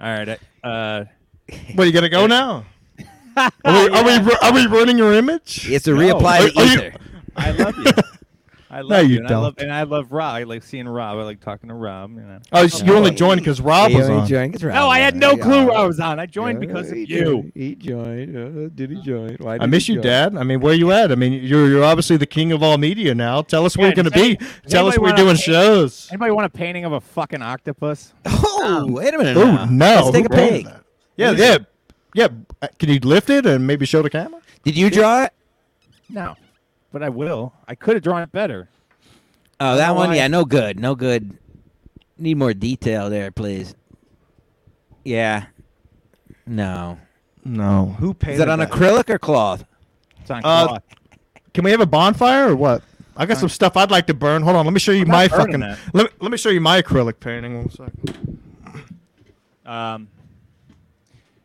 D: All right. Uh,
A: what are you gonna go now? Are we, are we ru- are we ruining your image?
C: It's a
D: No.
C: reapply
A: Are- are
C: to
A: you-
C: ether.
D: I
A: (laughs)
D: love you. I love
A: No, you
D: and I love, and I love Rob. I like seeing Rob. I like talking to Rob. You know.
A: Oh, you only joined because Rob
C: He
A: was
C: only
A: on.
C: joined 'cause we're
D: No,
C: out
D: I had
C: there.
D: no
C: Yeah.
D: clue I was on. I joined
C: Yeah,
D: because of
C: he
D: you.
C: joined. He joined. Uh, did he join? Why
A: I
C: did
A: miss
C: he
A: you,
C: join?
A: Dad. I mean, where you at? I mean, you're you're obviously the king of all media now. Tell us where
D: Yeah,
A: you're
D: does
A: gonna be.
D: any- does
A: Tell us
D: anybody
A: we're
D: wanna-
A: doing shows.
D: Anybody want a painting of a fucking octopus?
C: Oh, wait a minute.
A: Oh
C: now.
A: no!
C: Let's take
A: Who
C: a
A: wrote
C: peek.
A: that? Yeah, yeah, yeah. Uh, Can you lift it and maybe show the camera?
C: Did you draw it?
D: No, but I will. I could have drawn it better.
C: Oh, that one,
D: why.
C: yeah, no good, no good. Need more detail there, please. Yeah. No.
A: No. Who paid?
C: Is it on acrylic or cloth?
D: It's on
A: Uh,
D: cloth.
A: Can we have a bonfire or what? I got some stuff I'd like to burn. Hold on, let me show you
D: not
A: my fucking.
D: burning that.
A: Let me, let me show you my acrylic painting. One second.
D: Um,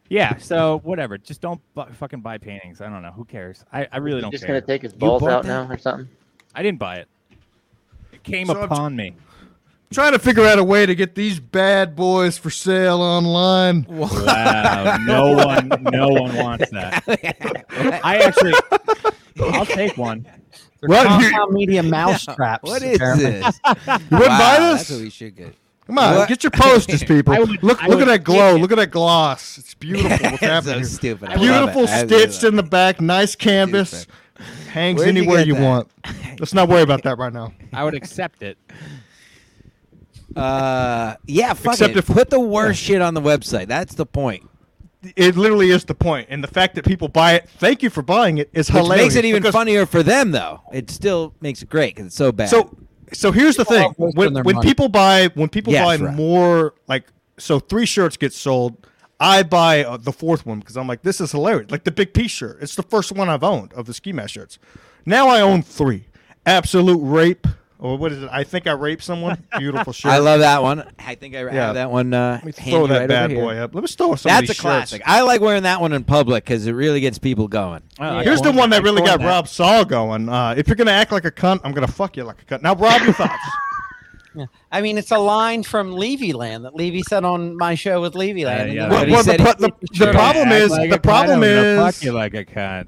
D: yeah. So whatever. Just don't bu- fucking buy paintings. I don't know. Who cares? I, I really
E: He's
D: don't
E: just
D: care.
E: gonna take his balls
C: bought
E: out
C: that?
E: now or something.
D: I didn't buy it. It came
A: So I'm (laughs)
D: upon me.
A: trying to figure out a way to get these bad boys for sale online.
D: Wow. no one. No
A: (laughs)
D: one wants that. I actually. I'll take one.
A: What? You,
B: compound media
D: (laughs)
B: mousetraps.
C: What is
B: apparently.
C: this?
A: (laughs) you wouldn't buy
C: That's what we
A: this?
C: should get.
A: Come on,
C: What?
A: get your
C: (laughs)
A: posters, people.
D: I
A: look,
D: would-
A: look
D: I
A: at
D: would
A: that glow.
D: hate it.
A: Look at that gloss. It's
C: (laughs)
A: beautiful. What's happening?
C: so
A: here.
C: stupid. I love it.
A: Beautiful
C: I really
A: stitched
C: love
A: in the back, nice canvas. Hangs
C: Where'd you
A: anywhere
C: get
A: you,
C: that? (laughs)
A: want. Let's not worry about that right now.
D: I would accept it.
C: it. Uh, yeah, fuck
A: Except
C: it.
A: if-
C: Put the worst shit on the website. That's the point.
A: It literally is the point, and the fact that people buy it, thank you for buying it, is
C: Which
A: hilarious.
C: makes it even
A: because-
C: funnier for them, though. It still makes it great because it's so bad.
A: So, so here's the
B: People
A: thing:
B: love wasting
A: when,
B: their
A: when
B: money.
A: people buy, when people
C: Yes,
A: buy
C: right.
A: more, like so, three shirts get sold. I buy uh, the fourth one because I'm like, this is hilarious. Like the big P shirt, it's the first one I've owned of the ski mask shirts. Now I own three. Absolute rape, or what is it? I think I raped
C: (laughs)
A: someone. Beautiful shirt.
C: I love that one. I think I
A: Yeah.
C: have that one. Uh,
A: Let me throw
C: handy
A: that
C: right
A: bad
C: over here.
A: boy up. Let me throw some of
C: That's a
A: these shirts.
C: classic. I like wearing that one in public because it really gets people going.
D: Wow, I
A: Here's the
D: torn-
A: one that
D: I
A: really
C: (laughs)
D: torn
A: got Rob Saul going. Uh, if you're gonna act like a cunt, I'm gonna fuck you like a cunt. Now, Rob, your thoughts.
B: I mean, it's a line from Levy Land that Levy said on my show with Levy Land.
D: Uh,
B: and
D: yeah.
B: then-
A: Well,
C: But he
A: well, the,
C: said he
A: pro- the, the
D: Sure.
A: problem
D: Act
A: is
D: like a
A: the
D: cat,
A: problem
D: I'm gonna
A: is
D: fuck you like a cat.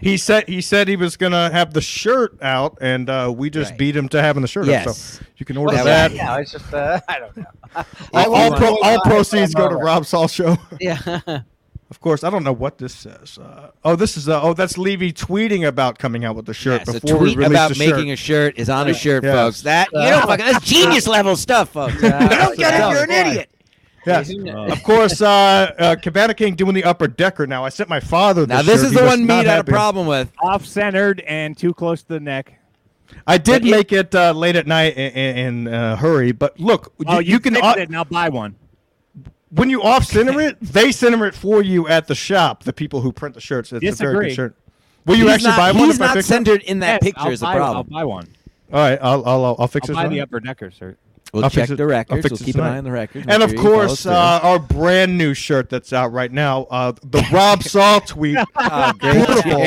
A: he said he said he was gonna have the shirt out, and uh, we just
C: Right.
A: beat him to having the shirt. out. So
C: yes.
A: you can order
B: Well,
A: that.
B: Yeah, it's just uh, I don't know. I
A: All, all
B: want
A: pro,
B: to-
A: all proceeds go to
B: Alright.
A: Rob Saul show. (laughs)
B: Yeah.
A: Of course, I don't know what this says. Uh, oh, this is uh, oh, that's Levy tweeting about coming out with the shirt
C: Yes, a
A: before we
C: tweet
A: release
C: about
A: the shirt.
C: making a shirt is on a shirt,
A: Yes.
C: folks. That you know, fucking that's genius level stuff, folks.
B: Yeah,
C: you don't
B: that's
C: get
B: what
C: it, you're
B: that
C: an
B: was.
C: idiot.
A: yes.
B: Who
A: (laughs)
B: kn-
A: Of course, uh, uh, Cabana King doing the upper decker now. I sent my father.
C: Now
A: This
C: this
A: shirt.
C: is
A: He
C: the
A: was
C: one
A: not
C: Meat had a
A: happy.
C: problem with.
D: Off centered and too close to the neck.
A: I did
C: But it-
A: make it uh, late at night in, in uh, hurry, but look, you,
D: Oh,
A: you can
D: fix
A: au-
D: it and I'll buy one.
A: when you off center it, they center it for you at the shop. The people who print the shirts, it's a very
D: Disagree.
A: good shirt. Will you
C: he's
A: actually
C: not,
A: buy one?
C: He's
A: if I
C: not
A: fix it?
C: centered in that
D: Yes,
C: picture
D: I'll
C: is the
D: buy-
C: problem.
D: I'll buy one.
A: All right, I'll I'll I'll fix
D: I'll
A: this
D: buy
A: one.
D: the upper decker shirt.
C: We'll
A: I'll
C: check
A: fix it-
C: the
A: I'll
C: records.
A: fix
C: We'll
A: it
C: keep an
A: tonight.
C: eye on the records. make
A: And of
C: sure you follow us
A: course,
C: through.
A: uh, our brand new shirt that's out right now, uh, the Rob Saul tweet.
C: Oh, great.
A: (laughs) Beautiful.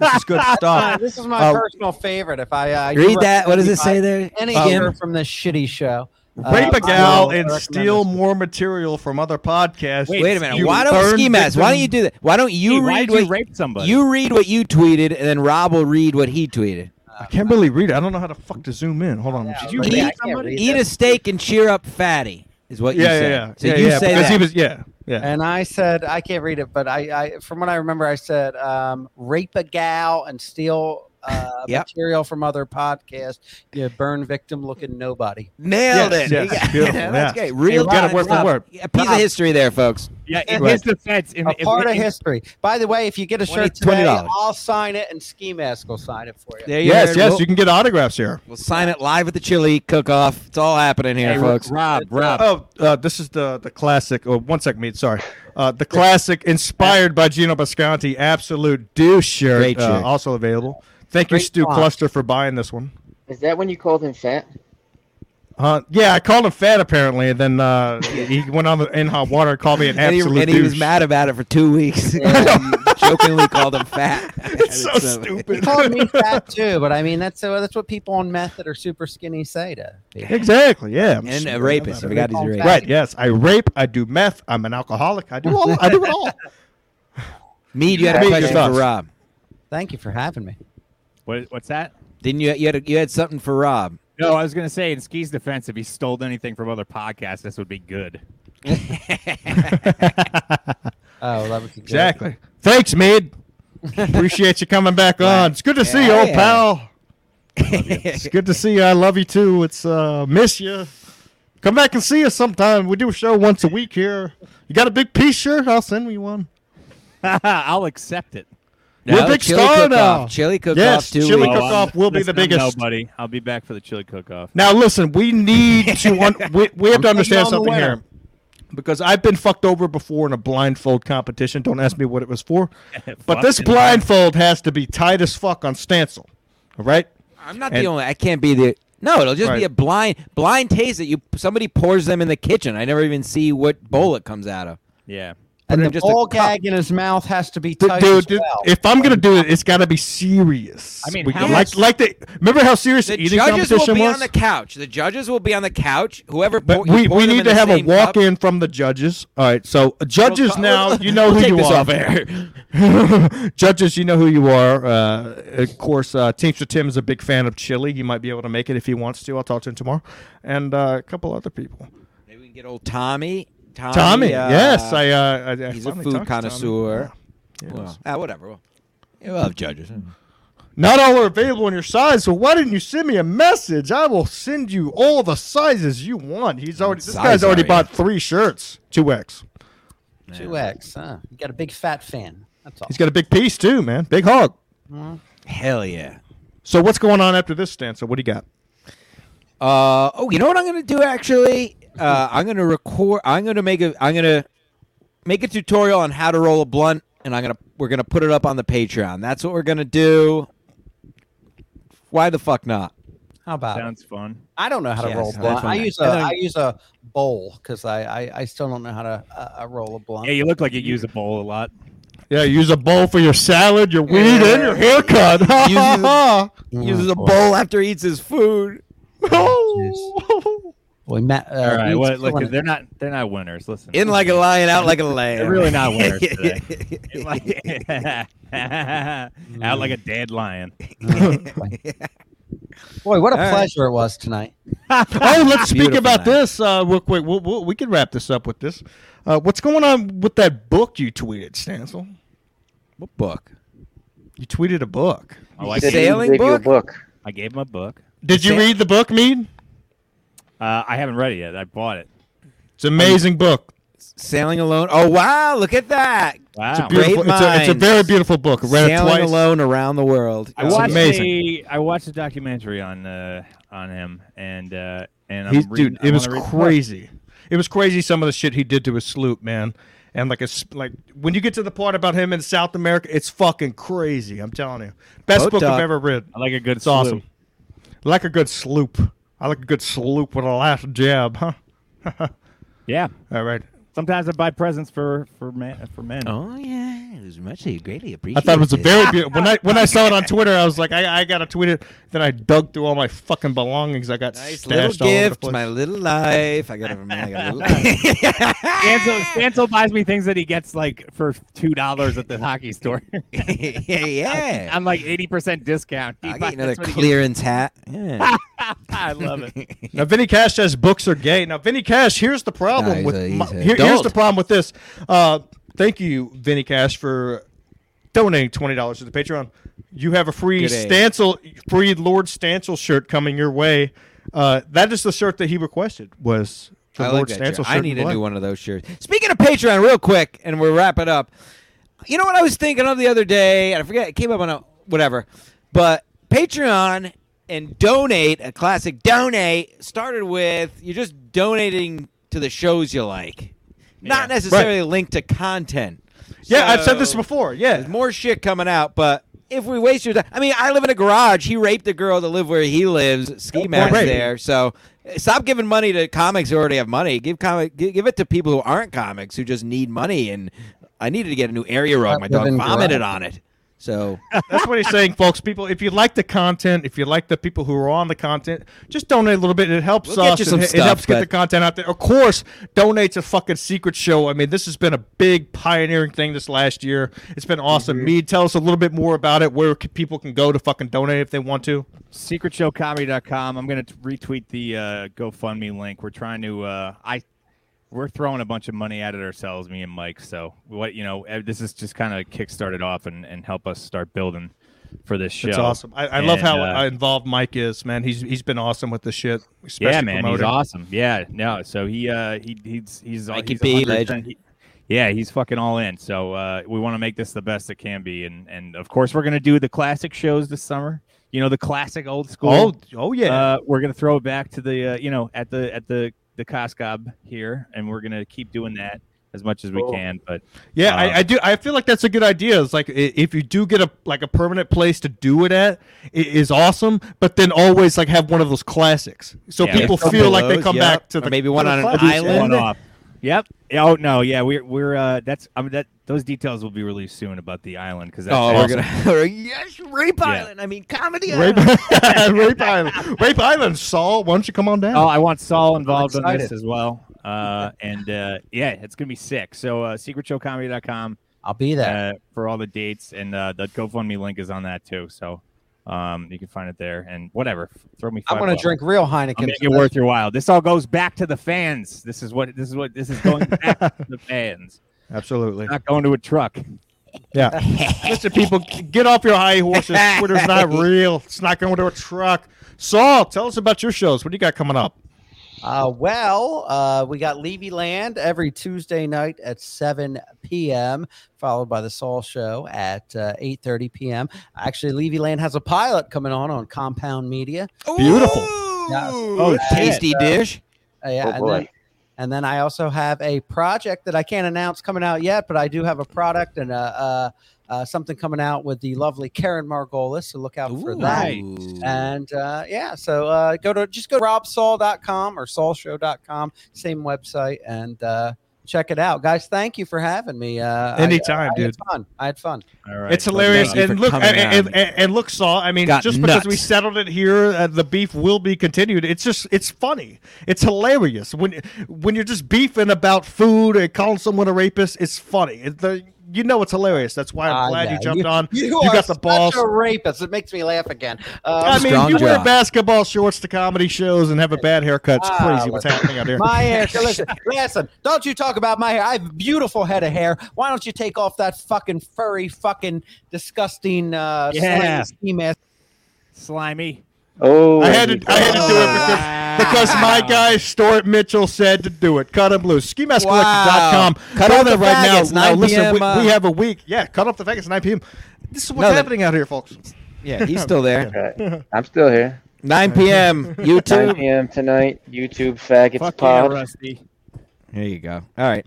A: this is good
B: (laughs) Uh,
A: stuff.
B: (laughs) this is my
A: Uh,
B: personal favorite. If I uh, you
C: Read that. What does it say
B: recommend
C: there?
B: Any
A: Um,
B: shirt from this shitty show. Uh,
A: Rape
B: I
A: a gal
B: will
A: and
B: recommend
A: steal
B: this.
A: more material from other podcasts.
D: Wait,
C: Wait a minute.
A: You
C: Why don't
A: burn
C: ski mask? Why
A: victim-
C: don't you do that? Why don't you
D: Hey, why
C: read
D: did you
C: what
D: rape somebody?
C: you read what you tweeted, and then Rob will read what he tweeted.
A: I can't really read it. I don't know how to fuck to zoom in. Hold on.
B: Yeah,
A: Did
D: you
B: but
D: read
B: yeah, I can't
D: somebody?
B: read
C: Eat
B: this.
C: a steak and cheer up, fatty. Is what you
A: yeah, yeah,
C: said.
A: yeah.
C: So
A: yeah,
C: you
A: yeah,
C: say
A: because
C: that. Uh,
A: he was, yeah,
C: (laughs)
A: yeah.
B: And I said, I can't read it, but I, I from what I remember, I said, um, rape a gal and steal uh,
C: Yep.
B: material from other podcasts. You burn victim looking nobody.
C: Nailed
A: Yes,
C: it.
A: yes,
C: Yeah, (laughs)
A: beautiful,
C: That's
A: yeah.
C: great. Real
A: Got it
C: time.
A: word for
C: Rob,
A: word. Uh-huh.
C: A piece of history there, folks.
D: yeah, in
A: Right.
D: his defense, in,
B: a
D: in-
B: part of
D: in-
B: history. By the way, if you get a
C: 20
B: shirt today,
C: $20.
B: I'll sign it and Ski Mask will sign it for you.
C: There you
A: Yes,
C: heard.
A: yes,
C: We'll,
A: you can get autographs here.
C: we'll sign it live at the chili cook-off. It's all happening here,
D: Hey,
C: folks.
D: Rob, Rob.
A: Oh, uh, this is the the classic. Oh, one second, mate. Sorry, uh, the classic inspired by Gino Bisconti, absolute douche shirt.
C: Great
A: uh,
C: shirt.
A: also available. Thank you,
B: Great
A: Stu
B: font.
A: Cluster, for buying this one.
E: Is that when you called him fat?
A: Uh, yeah, I called him fat apparently, and then uh, he went on the, in hot water and called me an
C: and he,
A: absolute
C: and he was
A: douche.
C: mad about it for two weeks. (laughs) And
A: (laughs)
C: jokingly called him fat.
A: It's (laughs)
C: uh,
A: so
B: He
A: stupid. (laughs)
B: called me fat too, but I mean that's uh, that's what people on meth that are super skinny say to. people.
A: exactly. Yeah. I'm
C: And
A: stupid.
C: a
A: I'm
C: rapist. I
A: not
C: forgot he's a
B: Right.
C: rapist.
A: Right. Yes, I rape. I do meth. I'm an alcoholic. I do all. I do it
C: (laughs)
A: all.
C: Mead, you had a
A: Mead,
C: question
A: yourself.
C: for Rob.
B: Thank you for having me.
D: What, what's that?
C: Didn't you? You had, a, you had something for
A: (laughs)
C: Rob. (laughs)
D: No, I was gonna say in Ski's defense, if he stole anything from other podcasts, this would be good.
B: Oh, that was a joke.
A: Exactly. Thanks,
C: (laughs)
A: Mead. Appreciate you coming back on. It's good to see you, old
C: Yeah.
A: pal. It's good to see you. I love you too. It's uh miss you. Come back and see us sometime. We do a show once a week here. You got a big peace shirt? I'll send you one.
D: (laughs) I'll accept it.
A: We're a big
C: chili
A: star
C: cook-off.
A: now.
C: Chili cook-off.
A: Yes,
C: two
A: chili
C: weeks.
A: cook- cook-off will be
D: listen,
A: the
D: Oh, I'm
A: biggest.
D: Nobody, I'll be back for the chili cook-off.
A: Now listen, we need (laughs) to un- we, we have to understand
B: on the
A: something
B: winner.
A: here. Because I've been fucked over before in a blindfold competition. Don't ask me what it was for. (laughs) But this
D: Fucking
A: blindfold has to be tight as fuck on Stancil. All right?
C: I'm not the
A: And-
C: only. I can't be the. No, it'll just
A: Right.
C: be a blind blind taste that you somebody pours them in the kitchen. I never even see what bowl it comes out of.
D: Yeah.
B: And
C: Put
B: the
C: in just a
B: ball
C: cup.
B: gag in his mouth has to be
A: D-
B: tight
A: dude,
B: as
A: dude,
B: well.
A: if I'm gonna do it, it's got to be serious.
D: I mean,
A: We-
D: how
A: like
D: much-
A: like the remember how serious the
C: The
A: eating
C: judges will
A: competition
C: be
A: was.
C: on the couch. The judges will be on the couch. Whoever.
A: but
C: pour- you
A: we,
C: pour
A: we
C: them in
A: need to
C: the
A: have a
C: same
A: walk
C: cup.
A: in from the judges. All right, so uh, judges
C: We'll-
A: now,
C: we'll-
A: you know
C: we'll
A: who
C: take
A: you
C: this
A: are.
C: off air.
A: (laughs) judges, you know who you are. Uh, of course, uh, Teamster Tim is a big fan of chili. He might be able to make it if he wants to. I'll talk to him tomorrow, and uh, a couple other people.
C: Maybe we can get old Tommy. Tommy.
A: Tommy,
C: uh,
A: yes, I. Uh, I- I
C: he's a
A: finally
C: food
A: talked to Tommy.
C: connoisseur.
A: Yeah, yes.
C: Well, ah, whatever. Well, yeah, we'll have judges.
A: Not all are available in your size, so why didn't you send me a message? I will send you all the sizes you want. He's already this
C: size
A: guy's already
C: are you?
A: bought three shirts, two X.
B: two X, huh? You got a big fat fan. That's all.
A: He's got a big piece too, man, big hog.
C: Hell yeah.
A: So what's going on after this, Stan? So what do you got?
C: Uh, oh, you know what I'm gonna do actually? Uh, I'm gonna record. I'm gonna make a. I'm gonna make a tutorial on how to roll a blunt, and I'm gonna we're gonna put it up on the Patreon. That's what we're gonna do. Why the fuck not?
B: How about it?
D: Sounds fun.
B: I don't know how to
C: Yes,
B: roll a
C: that's
B: blunt. I
C: fine.
B: use a
C: And then-
B: I use a bowl because I, I I still don't know how to uh, uh, roll a blunt.
D: Yeah, you look like you use a bowl a lot.
A: Yeah, use a bowl for your salad,
C: (laughs)
A: your weed, and your haircut. (laughs) Oh.
C: Uses a-
A: Ha, ha, ha.
C: Mm. Uses a bowl after he eats his food.
B: Boy, Matt. Uh,
D: All right,
B: Reed's
D: well, look,
B: killing it.
D: they're not they're not winners. Listen,
C: In like a lion, out like a lamb.
D: they're really
C: (laughs)
D: not winners today. (laughs) In like- (laughs) out like a dead lion.
B: Boy, what a
C: All right.
B: pleasure it was tonight.
A: oh, let's speak
C: Beautiful
A: about
C: night.
A: this uh, real quick. We'll, we'll, we can wrap this up with this. Uh, what's going on with that book you tweeted, Stancil?
C: What (laughs) book?
A: You tweeted a book.
D: My
E: He
D: wife,
E: said he
C: Sailing
E: gave you a
C: book?
E: book.
D: Oh, I gave him a book.
A: Did you
C: Stan-
A: read the book, Mead?
D: Uh, I haven't read it yet. I bought it.
A: It's an amazing book.
C: Sailing Alone. Oh, wow. Look at that.
D: Wow.
A: It's a
C: great
A: beautiful. It's a, it's a
C: minds.
A: very beautiful book. I Read it
C: Sailing
A: twice.
C: Alone Around the World.
D: I
A: It's
D: watched
A: amazing.
D: a I watched a documentary on uh, on him and uh, and I'm
A: He's,
D: reading,
A: dude,
D: I
A: it was
D: wanna read the book.
A: crazy. It was crazy. Some of the shit he did to his sloop, man. And like a s- like when you get to the part about him in South America, it's fucking crazy. I'm telling you, best
C: Boat
A: book
C: doc.
A: I've ever read.
D: I like a good.
A: It's awesome. I like a good sloop. I like a good sloop with a last jab, huh?
D: Yeah.
A: All right.
D: Sometimes I buy presents for for men. For men.
C: Oh, yeah. It was much greatly
A: I
C: appreciated.
A: thought it was a (laughs) very beautiful. When I when I saw it on Twitter, I was like, I, I gotta tweet it. Then I dug through all my fucking belongings. I got
C: Nice little
A: stashed all over the
C: gift,
A: place.
C: my little life. I got to I got a little
D: Stancil, Stancil buys me things that he gets like for two dollars at the hockey store.
C: (laughs) yeah, yeah.
D: (laughs) I'm like eighty percent discount. He
C: I
D: buys-
C: get another
D: that's what he
C: clearance hat. Yeah.
D: gets. I love it.
A: Now, Vinny Cash says books are gay. Now, Vinny Cash, here's the
C: No,
A: problem
C: he's
A: with
C: a- he's
A: my-
C: a
A: here- here's
C: adult.
A: the problem with this. Uh, thank you, Vinny Cash, for donating twenty dollars to the Patreon. You have a free
C: Good day.
A: Stancil, free Lord Stancil shirt coming your way. Uh, that is the shirt that he requested. Was the
C: I like
A: Lord
C: that
A: Stancil
C: shirt.
A: shirt?
C: I
A: in
C: need to
A: black.
C: do one of those shirts. Speaking of Patreon, real quick, and we'll wrap it up. You know what I was thinking of the other day, and I forget it came up on a whatever, but Patreon and donate a classic donate started with you're just donating to the shows you like, not
D: Yeah.
C: necessarily linked to content.
A: Yeah, I've said this
C: So-
A: before. Yeah,
C: there's more shit coming out, but if we waste your time, I mean, I live in a garage. He raped a girl that lived where he lives. Ski mask
A: right.
C: there, so uh, stop giving money to comics who already have money. Give comic, gi- give it to people who aren't comics who just need money. And I needed to get a new area rug. My
B: Stop
C: dog
B: living
C: vomited
B: garage.
C: on it. So
A: That's what he's saying, folks. People, if you like the content, if you like the people who are on the content, just donate a little bit. It helps
C: We'll get
A: us.
C: you some
A: it, it
C: stuff,
A: helps get the
C: but-
A: content out there. Of course, donate to fucking Secret Show. I mean, this has been a big pioneering thing this last year. It's been awesome.
C: Mm-hmm.
A: Mead, tell us a little bit more about it. Where c- people can go to fucking donate if they want to.
D: secretshowcomedy.com. I'm going to retweet the uh, GoFundMe link. We're trying to uh, I we're throwing a bunch of money at it ourselves, me and Mike. So what you know, eh, this is just kind of kickstarted off and, and help us start building for this show.
A: It's awesome. I, I love
D: And,
A: how
D: uh,
A: involved Mike is, man. He's he's been awesome with the shit. Especially
D: yeah, man,
A: promoting.
D: he's awesome. Yeah, no, so he uh he he's he's all-
C: Mikey
D: he's
C: B,
D: 100%
C: legend.
D: he- yeah, he's fucking all in. So uh, we want to make this the best it can be, and and of course we're gonna do the classic shows this summer. You know the classic old school.
A: Oh, oh yeah.
D: Uh, we're gonna throw it back to the uh, you know at the at the the Coscob here, and we're gonna keep doing that as much as we
E: Cool.
D: can. But
A: Yeah,
D: Um,
A: I, I do. I feel like that's a good idea. It's like i- if you do get a like a permanent place to do it at, it is awesome. But then always like have one of those classics, so
D: Yeah.
A: people
C: Couple
A: feel like they
C: those,
A: come
C: yeah.
A: back to
C: Or
A: the
C: maybe one
A: to the
C: on an
A: club.
C: island.
D: one off. Yep. Yeah, Oh no. Yeah. We're we're uh, that's I mean that those details will be released soon about the island because that's
C: oh,
D: awesome.
C: we're (laughs) gonna yes, rape
D: Yeah.
C: island. I mean, comedy.
A: (laughs) Rape,
C: Island.
A: Rape Island, (laughs) Rape Island. Saul, why don't you come on down?
D: Oh, I want Saul involved on
B: excited.
D: this as well. Uh, and uh, yeah, it's gonna be sick. So uh, secretshowcomedy.com
B: I'll be there.
D: uh, for all the dates, and uh, the GoFundMe link is on that too. So um, you can find it there. And whatever, throw me.
B: I'm
D: five
B: going
D: bucks.
B: to drink real
D: I'll
B: Heineken.
D: make it worth your while. This all goes back to the fans. This is what this is what this is going back to the fans.
A: Absolutely.
D: Not going to a truck.
A: Yeah. (laughs) Listen, people, get off your high horses. Twitter's not real. It's not going to a truck. Saul, tell us about your shows. What do you got coming up?
B: Uh, well, uh, we got Levy Land every Tuesday night at 7 p.m., followed by the Soul Show at uh, 8.30 p.m. Actually, Levy Land has a pilot coming on on Compound Media.
A: Beautiful.
B: Yeah.
C: Oh, tasty dish.
B: Uh, yeah,
E: Oh,
B: and
E: boy.
B: Then, and then I also have a project that I can't announce coming out yet, but I do have a product and a, uh uh, something coming out with the lovely Karen Margolis. So look out for
C: Ooh.
B: that.
C: Ooh.
B: And uh, yeah, so uh, go to just go to robsaul.com or saulshow.com, same website, and uh, check it out, guys. Thank you for having me. Uh, I-
F: Anytime,
B: I
F: dude.
B: had fun. I had fun.
D: All right.
A: It's hilarious.
C: thank you
A: And
C: for
A: look, and,
C: coming
A: and,
C: on.
A: and- and look, Saul. I mean,
C: Got
A: just because we
C: nuts.
A: settled it here, uh, the beef will be continued. It's just, it's funny. It's hilarious when when you're just beefing about food and calling someone a rapist. It's funny. It, the, you know, it's hilarious. That's why I'm
B: Ah,
A: glad
B: yeah,
A: you jumped
B: you-
A: on.
B: You,
A: You,
B: are
A: got the
B: such
A: balls.
B: a rapist. It makes me laugh again.
A: I
B: Um,
A: mean,
C: Strong
A: you wear
C: jaw.
A: basketball shorts to comedy shows and have a bad haircut. It's
B: Ah,
A: crazy what's
B: listen.
A: happening out here.
B: my hair. so Listen, listen. Don't you talk about my hair. I have a beautiful head of hair. Why don't you take off that fucking furry, fucking disgusting, uh,
D: Yeah.
B: slimy steam ass?
D: uh, slimy.
E: Oh,
A: I had to, I had to do it because
C: Wow.
A: because my guy Stuart Mitchell said to do it. Cut him loose. SkiMaskCollector.com.
C: Wow. Cut
A: Go
C: off
A: there
C: the
A: right
C: faggots,
A: now.
C: 9
A: now listen, we,
C: PM, uh,
A: we have a week. Yeah, cut off the faggots 9 p.m. This is what's
C: No, the-
A: happening out here, folks.
C: Yeah, he's
B: (laughs)
C: still there.
E: Okay. I'm still here.
C: 9 p.m.
E: 9
C: YouTube.
E: p.m. tonight. YouTube faggots
D: Fuck yeah,
E: pod.
D: Rusty.
C: There you go. All right.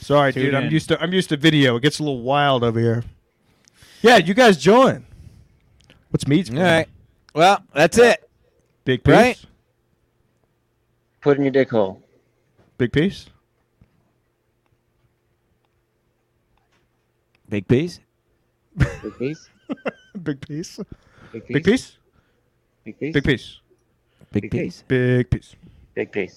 A: Sorry,
D: Tune
A: dude. I'm
D: in.
A: used to I'm used to video. It gets a little wild over here. Yeah, you guys join. What's me?
C: All right. Well, that's it.
A: Big piece.
C: Right?
E: Put in your dick hole.
A: Big piece.
C: Big piece.
E: Big piece.
A: Big piece.
E: Big piece.
A: Big piece.
E: Big piece.
A: Big piece.
C: Big
E: Big
C: piece.
A: Big piece.
E: Big piece.